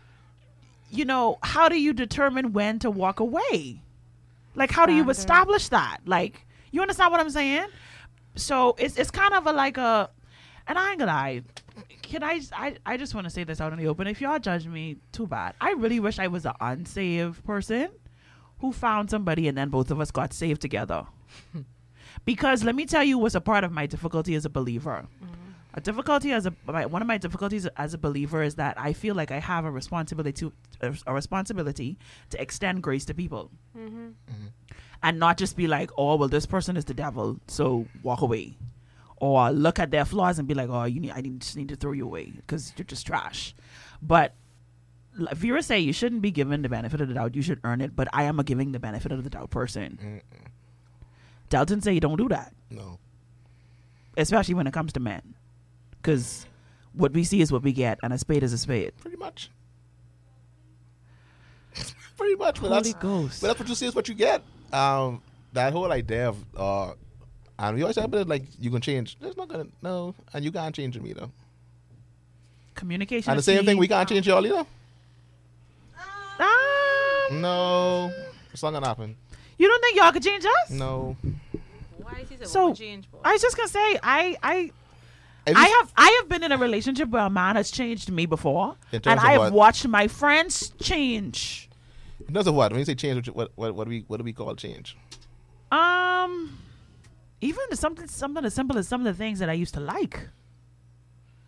S3: you know, how do you determine when to walk away? Like how do you establish that? Like you understand what I'm saying? So it's it's kind of a like a and I ain't gonna lie. Can I, I I just want to say this out in the open. If y'all judge me, too bad. I really wish I was an unsaved person who found somebody and then both of us got saved together. because let me tell you what's a part of my difficulty as a believer. A difficulty as a my, one of my difficulties as a believer is that I feel like I have a responsibility to a, a responsibility to extend grace to people, and not just be like, oh well, this person is the devil, so walk away, or look at their flaws and be like, oh, you need I need, just need to throw you away because you're just trash. But like Vera say you shouldn't be given the benefit of the doubt; you should earn it. But I am a giving the benefit of the doubt person. Dalton say you don't do that,
S5: No.
S3: especially when it comes to men, because what we see is what we get, and a spade is a spade.
S5: Pretty much. [LAUGHS] Pretty much. But that's,
S3: Ghost.
S5: but that's what you see is what you get. Um, that whole idea of, uh, and we always have it like you can change. There's not gonna no, and you can't change me though.
S3: Communication.
S5: And the
S3: is
S5: same
S3: key.
S5: thing, we can't change y'all either.
S3: Um,
S5: No, it's not gonna happen.
S3: you don't think y'all could change us?
S5: No.
S4: Why is he
S3: So, woman I was just gonna say, I, I,
S5: If
S3: I
S5: you-
S3: have, I have been in a relationship where a man has changed me before,
S5: In
S3: and
S5: terms
S3: I
S5: of
S3: have
S5: what?
S3: watched my friends change.
S5: In terms of what? When you say change, what you- what what, what do we what do we call change?
S3: Um, even something, something as simple as some of the things that I used to like.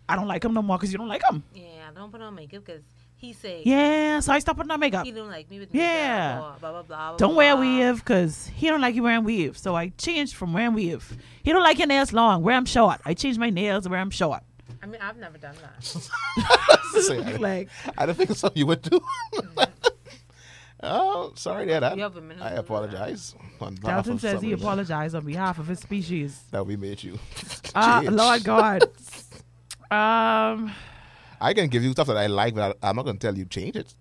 S3: I don't like him no more because you don't like him.
S7: Yeah, I don't put on makeup because he say
S3: Yeah, so I stopped putting on makeup.
S7: he don't like me with
S3: Yeah.
S7: makeup. or Blah blah blah. blah,
S3: Don't wear a
S7: blah.
S3: weave because he don't like you wearing weave. So I changed from wearing weave. He don't like your nails long. Where I'm short, I changed my nails where I'm short.
S7: I mean, I've never done that.
S3: [LAUGHS]
S5: like I don't think it's something you would do. [LAUGHS] oh, sorry, Dad. I,
S7: You have a minute to
S5: I
S7: do that.
S5: apologize. on behalf
S3: Dalton
S5: of
S3: says he
S5: somebody
S3: apologized on behalf of his
S5: [LAUGHS]
S3: species.
S5: That we made you. [LAUGHS]
S3: Ah,
S5: Change.
S3: Lord God.
S5: [LAUGHS]
S3: um,
S5: I can give you stuff that I like, but I, I'm not gonna tell you change it.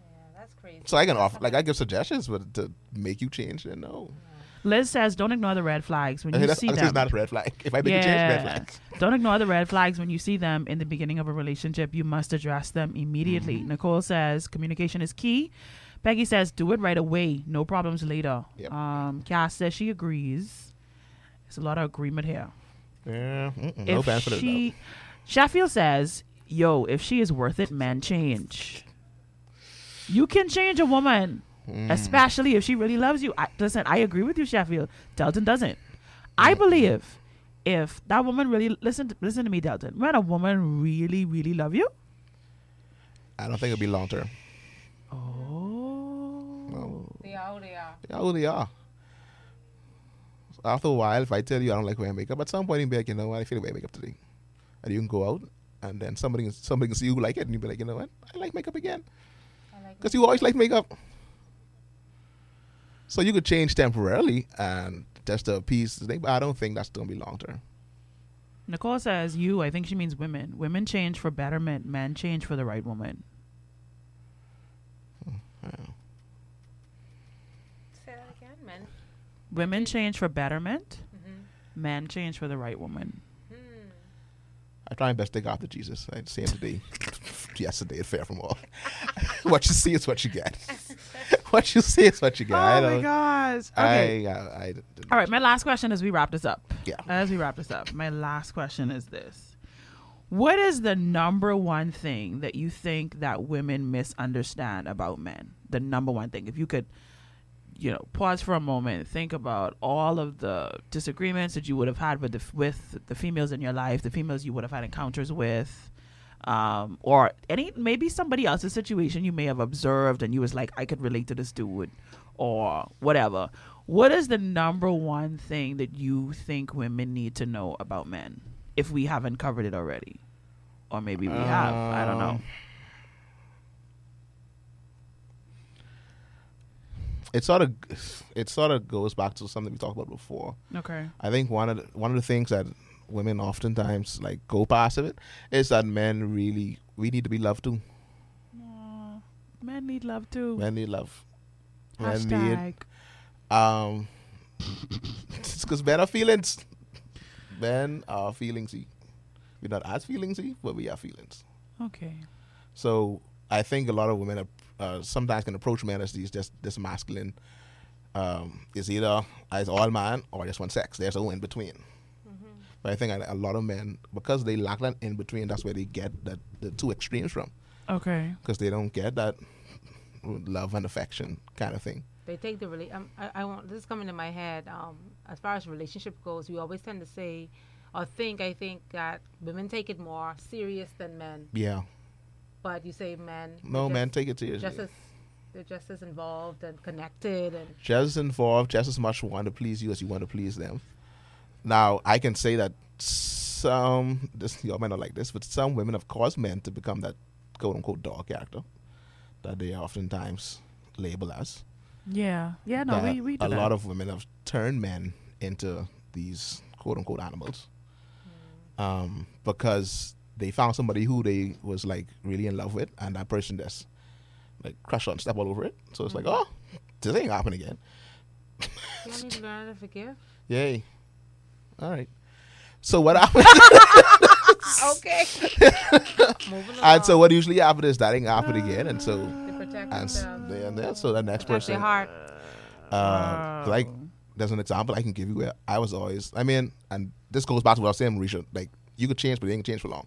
S7: Yeah, that's crazy.
S5: So I can offer, like, I give suggestions, but to make you change, then no.
S3: Liz says, don't ignore the red flags when
S5: Okay,
S3: you
S5: [LAUGHS] that's,
S3: see
S5: that's
S3: them.
S5: not a red flag. [LAUGHS] If I make you change, red
S3: Yeah.
S5: flag. [LAUGHS]
S3: Don't ignore the red flags when you see them in the beginning of a relationship. You must address them immediately.
S5: Mm-hmm.
S3: Nicole says communication is key. Peggy says do it right away. No problems later.
S5: Yep.
S3: Um, Cass says she agrees. There's a lot of agreement here.
S5: Yeah. Mm-mm, no fans for the
S3: she,
S5: doubt.
S3: Sheffield says, "Yo, if she is worth it, man, change. You can change a woman,
S5: Hmm.
S3: especially if she really loves you." I, listen, I agree with you, Sheffield. Delton doesn't.
S5: Hmm.
S3: I believe if that woman really listen, to, listen to me, Delton. When a woman really, really love you,
S5: I don't think it'll be long term.
S3: oh,
S5: No.
S7: They are who they are.
S5: Yeah, who they are. After a while, if I tell you I don't like wearing makeup, at some point you'll be like, you know what, I feel like wearing makeup today. And you can go out, and then somebody, can- somebody can see you like it, and you'll be like, you know what, I like makeup again. Because you always like makeup. So you could change temporarily and just a piece, but I don't think that's going to be long term.
S3: Nicole says you. I think she means women. Women change for betterment. Men change for the right woman.
S7: Say that again, man.
S3: Women change for betterment. Men change for the right woman.
S5: I try my best to take after Jesus. I see
S3: [LAUGHS]
S5: him today, yesterday at Fair from All. [LAUGHS] what you see is what you get. [LAUGHS] what you see is what you
S3: Oh
S5: get. I don't,
S3: gosh.
S5: I, I, I didn't-
S3: All right, my last question as we wrap this up.
S5: Yeah.
S3: As we wrap this up, my last question is this. What is the number one thing that you think that women misunderstand about men? The number one thing. If you could, you know, pause for a moment, think about all of the disagreements that you would have had with the f- with the females in your life, the females you would have had encounters with, um, or any maybe somebody else's situation you may have observed and you was like, I could relate to this dude or whatever. What is the number one thing that you think women need to know about men if we haven't covered it already? Or maybe we have. I don't know.
S5: Um, It sort of, it sort of goes back to something we talked about before.
S3: Okay.
S5: I think one of the, one of the things that women oftentimes like go past of it is that men really we need to be loved too.
S3: Men need love too.
S5: Men need love. Men need
S3: Hashtag.
S5: [LAUGHS] um, it's because men are feelings. men are feelingsy. We're not as feelingsy, but we have feelings.
S3: Okay.
S5: So I think a lot of women are, uh, sometimes can approach men as these just this masculine. Um, it's either it's all man or just one sex. There's no in between. But I think a, a lot of men because they lack that in between, that's where they get that the two extremes from
S3: Okay.
S5: because they don't get that love and affection kind of thing.
S4: They take the really. Um, I, I want this is coming to my head. Um, as far as relationship goes, we always tend to say, or think. I think that women take it more serious than men.
S5: Yeah,
S4: But you say men. they're
S5: no
S4: just-
S5: man, take it seriously.
S4: Just as they're just as involved and connected and
S5: just as involved, just as much want to please you as you want to please them. Now, I can say that some, this, y'all might not like this, but some women have caused men to become that quote unquote dog character that they are oftentimes label as.
S3: Yeah. Yeah. No,
S5: That
S3: we we do
S5: a
S3: that.
S5: lot of women have turned men into these quote unquote animals
S3: Mm.
S5: um, because they found somebody who they was like really in love with, and that person just like crush on, step all over it. So it's
S3: Mm.
S5: like, oh, this ain't happening again.
S4: you don't need to learn how to forgive.
S5: Yay. All right. So what [LAUGHS] happened? [LAUGHS]
S4: okay. Moving along.
S5: and so what usually happens is that ain't happen again, and so
S4: They protect
S5: and s-
S4: themselves.
S5: there and there. So the next
S4: Protect their
S5: person,
S4: heart.
S5: uh, like there's an example I can give you where I was always. I mean, and this goes back to what I was saying, Marisha. Like you could change, but you ain't change for long.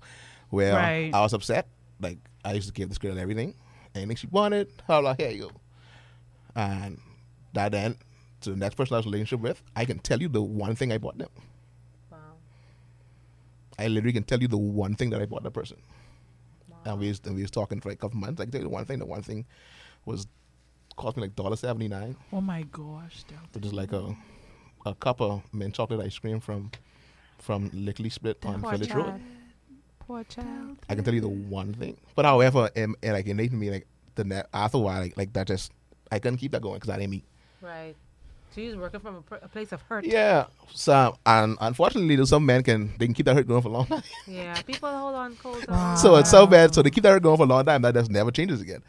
S5: Where
S3: Right.
S5: I was upset, like I used to give this girl everything, anything she wanted. How like here you go, and that then to the next person I was in a relationship with, I can tell you the one thing I bought them.
S4: Wow.
S5: I literally can tell you the one thing that I bought that person. And we was, and we was talking for a couple months. I can tell you the one thing. The one thing was cost me like dollar seventy nine,
S3: oh my gosh. Del-
S5: which is like a a cup of mint chocolate ice cream from from Lickley Split on Village Road.
S8: Poor child.
S5: I can tell you the one thing. But however, and, and like innate in me, like the net after a while, like, like that just I couldn't keep that going because I didn't meet.
S4: Right. So he's working from a, pr- a place of hurt.
S5: Yeah. So and unfortunately, there's some men can they can keep that hurt going for a long [LAUGHS] time.
S4: Yeah, people hold on cold.
S5: So it's so bad. So they keep that going for a long time. That just never changes again.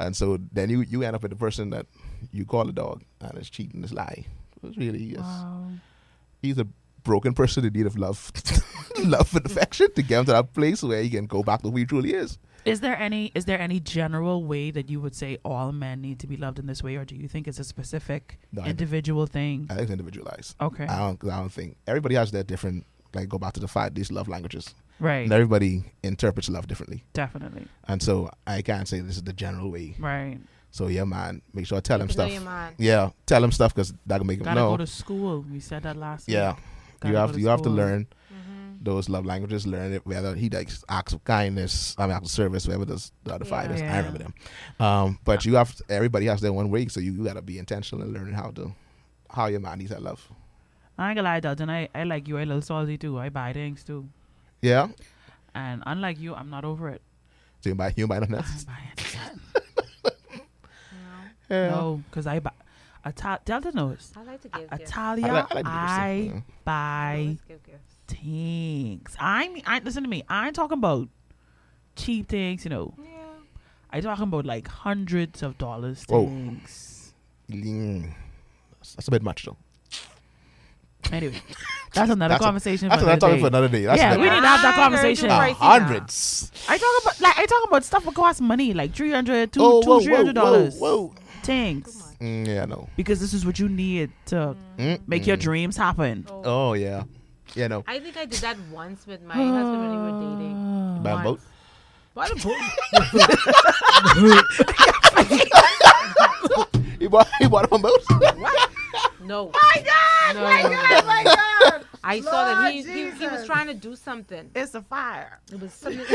S5: And so then you you end up with the person that you call a dog and it's cheating, it's lying. It's really yes.
S3: Wow.
S5: He's a broken person in need of love, [LAUGHS] love and affection to get him to that place where he can go back to who he truly is.
S3: Is there any is there any general way that you would say all men need to be loved in this way, or do you think it's a specific
S5: No, I-
S3: individual thing?
S5: I think it's individualized.
S3: okay,
S5: I don't. 'cause I don't think everybody has their different. Like go back to the five these love languages.
S3: right,
S5: And everybody interprets love differently,
S3: definitely,
S5: and so I can't say this is the general way.
S3: right.
S5: So yeah, man, make sure I tell him
S4: You know
S5: stuff.
S4: your mind.
S5: Yeah, tell him stuff because that can make him
S3: Gotta
S5: know.
S3: go to school. We said that last.
S5: Yeah,
S3: week.
S5: you
S3: Gotta go
S5: have to, you have to
S3: school.
S5: learn
S4: Mm-hmm.
S3: Mm.
S5: those love languages. Learn it whether he likes acts of kindness, I mean acts of service, whatever those the other five is. I
S3: Yeah.
S5: remember them. Um, but you have everybody has their one way, so you, you got to be intentional in learning how to how your man needs that love.
S3: I ain't gonna lie, Dalton. I I like you. I little salty too. I buy things too,
S5: Yeah,
S3: and unlike you, I'm not over it.
S5: so you might you might not.
S3: I buy it.
S5: [LAUGHS] Yeah.
S3: No, because I buy. Ita- Delta knows.
S4: I like to give gifts.
S3: Italia, I,
S5: like- I like to give stuff,
S3: buy
S4: Always give gifts.
S3: things. I mean, I listen to me. I ain't talking about cheap things. You know,
S4: Yeah.
S3: I talking about like hundreds of dollars
S5: Whoa.
S3: things.
S5: Mm. That's, that's a bit much though.
S3: Anyway, that's another
S5: That's a-
S3: conversation.
S5: That's
S3: for
S5: another
S3: another
S5: topic for
S3: day.
S5: another day. That's
S3: Yeah,
S5: another-
S3: we need to have that
S4: I heard you
S3: conversation.
S5: Uh,
S4: pricey now.
S5: hundreds.
S3: I talk about like I talk about stuff that costs money, like three hundred, two,
S5: Oh,
S3: two,
S5: whoa,
S3: three
S5: whoa,
S3: hundred
S5: whoa,
S3: dollars.
S5: whoa.
S4: Come
S3: Thanks,
S4: on.
S5: Mm, yeah, no.
S3: because this is what you need to
S5: Mm,
S3: make your
S5: mm.
S3: dreams happen.
S4: [SIGHS] Oh.
S5: Oh yeah, yeah, no.
S4: I think I did that once with my husband when we were dating.
S5: Buy
S4: Once.
S5: 'em both. [LAUGHS]
S4: What a boat?
S5: He bought he bought them both.
S4: No. My God! No, my
S3: Oh
S4: God! My
S5: [LAUGHS]
S4: God! I saw that he, he, he was
S9: Jesus.
S4: trying to do something.
S9: It's a fire.
S4: It was
S3: [LAUGHS]
S4: something. [LAUGHS]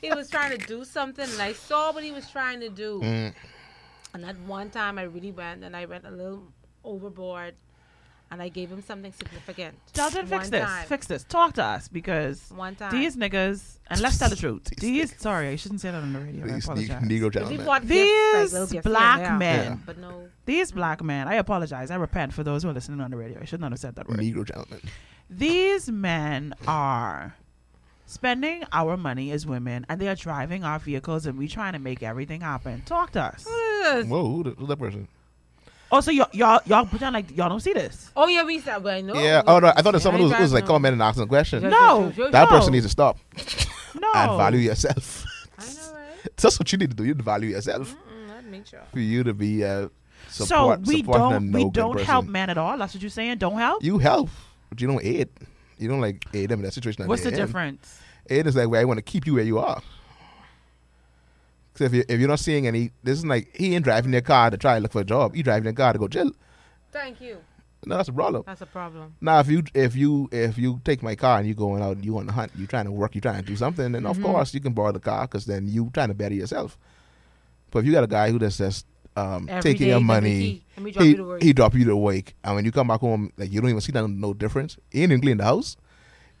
S4: he was trying to do something, and I saw what he was trying to do.
S5: Mm.
S4: And that one time, I really went, and I went a little overboard, and I gave him something significant.
S3: Dalton, fix
S4: One
S3: this.
S4: time.
S3: Fix this. Talk to us because
S4: One time.
S3: these niggas, and let's
S5: [LAUGHS]
S3: tell the truth.
S5: These
S3: These, sorry, I shouldn't say that on the radio. I
S5: These ne-
S3: apologize.
S5: Negro
S4: we
S5: gentlemen.
S4: bought gifts,
S3: These
S4: like little gifts
S3: black
S4: here and there,
S3: men.
S4: but no.
S3: These black men, I apologize. I repent for those who are listening on the radio. I should not have said that word.
S5: Negro gentlemen.
S3: These men are spending our money as women and they are driving
S4: Mm.
S3: our vehicles and we trying to make everything happen. Talk to us.
S5: Whoa, who, the, who's that person?
S3: Oh, so y'all, y'all, y'all pretend like y'all don't see this.
S7: Oh yeah, we said. Well, no.
S5: yeah. Oh no, I thought it was someone who was, who was like
S7: Exactly.
S5: "Oh, commenting and asking a question.
S7: Jo- jo-
S3: No,
S7: jo- jo-
S5: that
S3: no.
S5: person needs to stop
S3: No.
S5: and value yourself.
S7: I know, right?
S5: [LAUGHS] That's what you need to do. You need to value yourself
S7: Mm, I'd make sure.
S5: for you to be uh,
S3: So
S5: support,
S3: we
S5: supporting a
S3: don't, we
S5: no-good
S3: don't
S5: person.
S3: help man at all. That's what you're saying. Don't help.
S5: You help, but you don't aid. You don't like aid them in that situation. at
S3: What's the
S5: end.
S3: difference?
S5: Aid is like where I want to keep you where you are. Because if you if you're not seeing any, this is like he ain't driving their car to try to look for a job. You driving their car to go jail.
S7: Thank you.
S5: No, that's a problem.
S7: That's a problem.
S5: Now, if you if you if you take my car and you going out and you on the hunt, you trying to work, you trying to do something, then
S7: Mm-hmm.
S5: of course you can borrow the car because then you trying to better yourself. But if you got a guy who just just um,
S7: Every
S5: taking
S7: day,
S5: your
S7: every
S5: money,
S7: key. Let me drop
S5: he,
S7: you to work.
S5: he drop you to work, and when you come back home, like you don't even see no, no difference. He ain't even clean the house,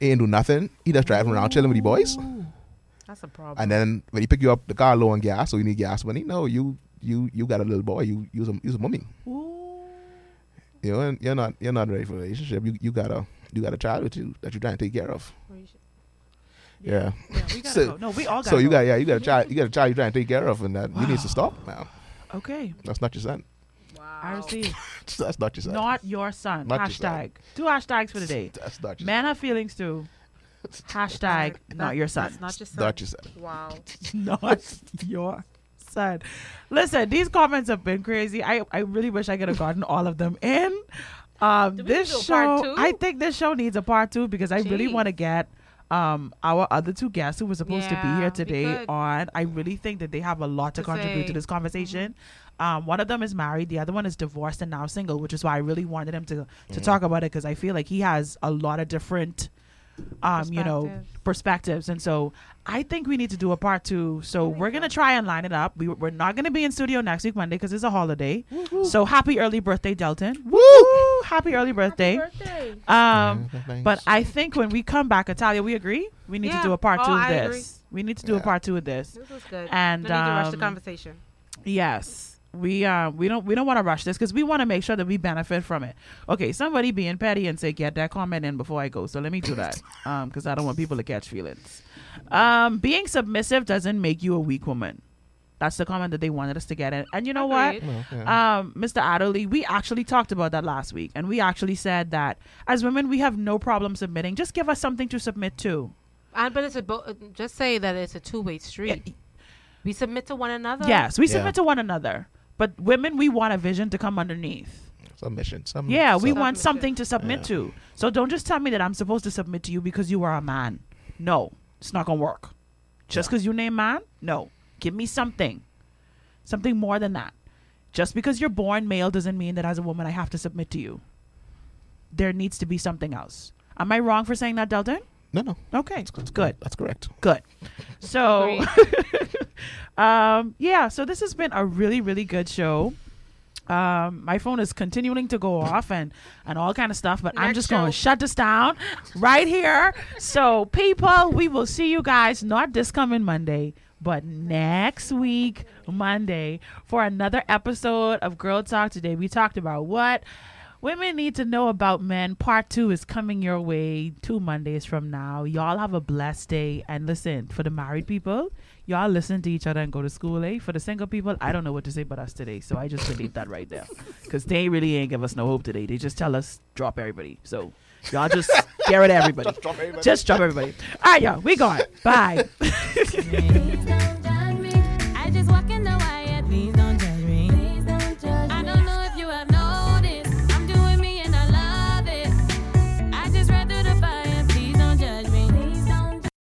S5: he ain't do nothing. He just driving around chilling with the boys,
S7: That's a problem.
S5: and then when he pick you up, the car low on gas, so you need gas money. No, you you you got a little boy, you use a use a mummy.
S3: Ooh.
S5: You know, you're not you're not ready for a relationship. You you got a you got a child with you that you're trying to take care of. Yeah.
S3: Yeah, we gotta
S5: So-
S3: go. No, we all got.
S5: So you got yeah, you got a child you got a child you're trying to take care of and that you need to stop now.
S3: okay.
S5: That's not your son. [LAUGHS]
S7: Wow.
S3: I receive.
S5: That's not your son.
S3: Not your son.
S5: Not your
S3: Hashtag.
S5: son.
S3: Two hashtags for the day.
S5: [LAUGHS] That's not your
S3: Man have feelings too. Hashtag
S7: That-
S3: not your son.
S7: That's not your
S5: son.
S7: son.
S5: Not your son.
S7: Wow.
S3: [LAUGHS] not your son. Listen, these comments have been crazy. I, I really wish I could have gotten all of them in. Um,
S7: Do we
S3: this
S7: do a part two?
S3: show, I think this show needs a part two because I really
S7: Gee.
S3: want to get um, our other two guests who were supposed to be
S7: Yeah,
S3: here
S7: we
S3: today
S7: could.
S3: on. I really think that they have a lot to,
S7: To
S3: contribute to
S7: say. Mm-hmm.
S3: this conversation. Um, one of them is married, the other one is divorced and now single, which is why I really wanted him to, to talk about it because I feel like he has a lot of different um, you know,
S7: Perspectives.
S3: perspectives. And so I think we need to do a part two.
S7: Oh
S3: So we're going to try and line it up. We, we're not going to be in studio next week, Monday, because it's a holiday. So happy early birthday, Delton. Woo! Happy early birthday.
S7: Birthday.
S3: Um,
S5: Yeah, thanks.
S3: but I think when we come back, Italia, we agree? We need
S7: Yeah.
S3: to do a part
S7: Oh,
S3: two of
S7: I agree.
S3: this. We need to do a
S5: Yeah.
S3: part two of this.
S7: This was good.
S3: And,
S7: no need to rush the
S3: um,
S7: conversation.
S3: Yes. We uh, we don't we don't want to rush this because we want to make sure that we benefit from it. Okay, somebody being petty and say get that comment in before I go. So let me do that um because I don't want people to catch feelings. Um, being submissive doesn't make you a weak woman. That's the comment that they wanted us to get in. And you know what?
S7: Agreed.
S5: Well, yeah.
S3: um, Mr. Adderley, we actually talked about that last week, and we actually said that as women, we have no problem submitting. Just give us something to submit to.
S7: And, but it's a bo- uh, just say that it's a two way street. We submit to one another.
S3: Yes, we
S5: Yeah.
S3: submit to one another, but women, we want a vision to come underneath.
S5: submission. Some
S3: Yeah, we
S5: some-
S3: want
S7: Submission.
S3: something to submit
S5: Mm-hmm. Yeah.
S3: to. So don't just tell me that I'm supposed to submit to you because you are a man. No, it's not gonna work. Just because you name man, no. Give me something, something more than that. Just because you're born male doesn't mean that as a woman I have to submit to you. There needs to be something else. Am I wrong for saying that, Delton?
S5: No, no.
S3: Okay,
S5: That's, that's
S3: good.
S5: That's correct.
S3: Good. So,
S7: Agreed.
S3: [LAUGHS] um, yeah, so this has been a really, really good show. Um, my phone is continuing to go off and, and all kind of stuff, but I'm
S7: Next
S3: just going to
S7: show.
S3: shut this down right here. So, people, we will see you guys not this coming Monday, but next week, Monday, for another episode of Girl Talk. Today, we talked about what women need to know about men. Part two is coming your way two Mondays from now. Y'all have a blessed day. And listen, for the married people, y'all listen to each other and go to school, eh? For the single people, I don't know what to say about us today. So I just believe that right there. Because they really ain't give us no hope today. They just tell us, drop everybody. So y'all just stare at everybody.
S5: Drop everybody.
S3: Just drop everybody. All right, y'all. We gone. Bye. [LAUGHS]
S2: Please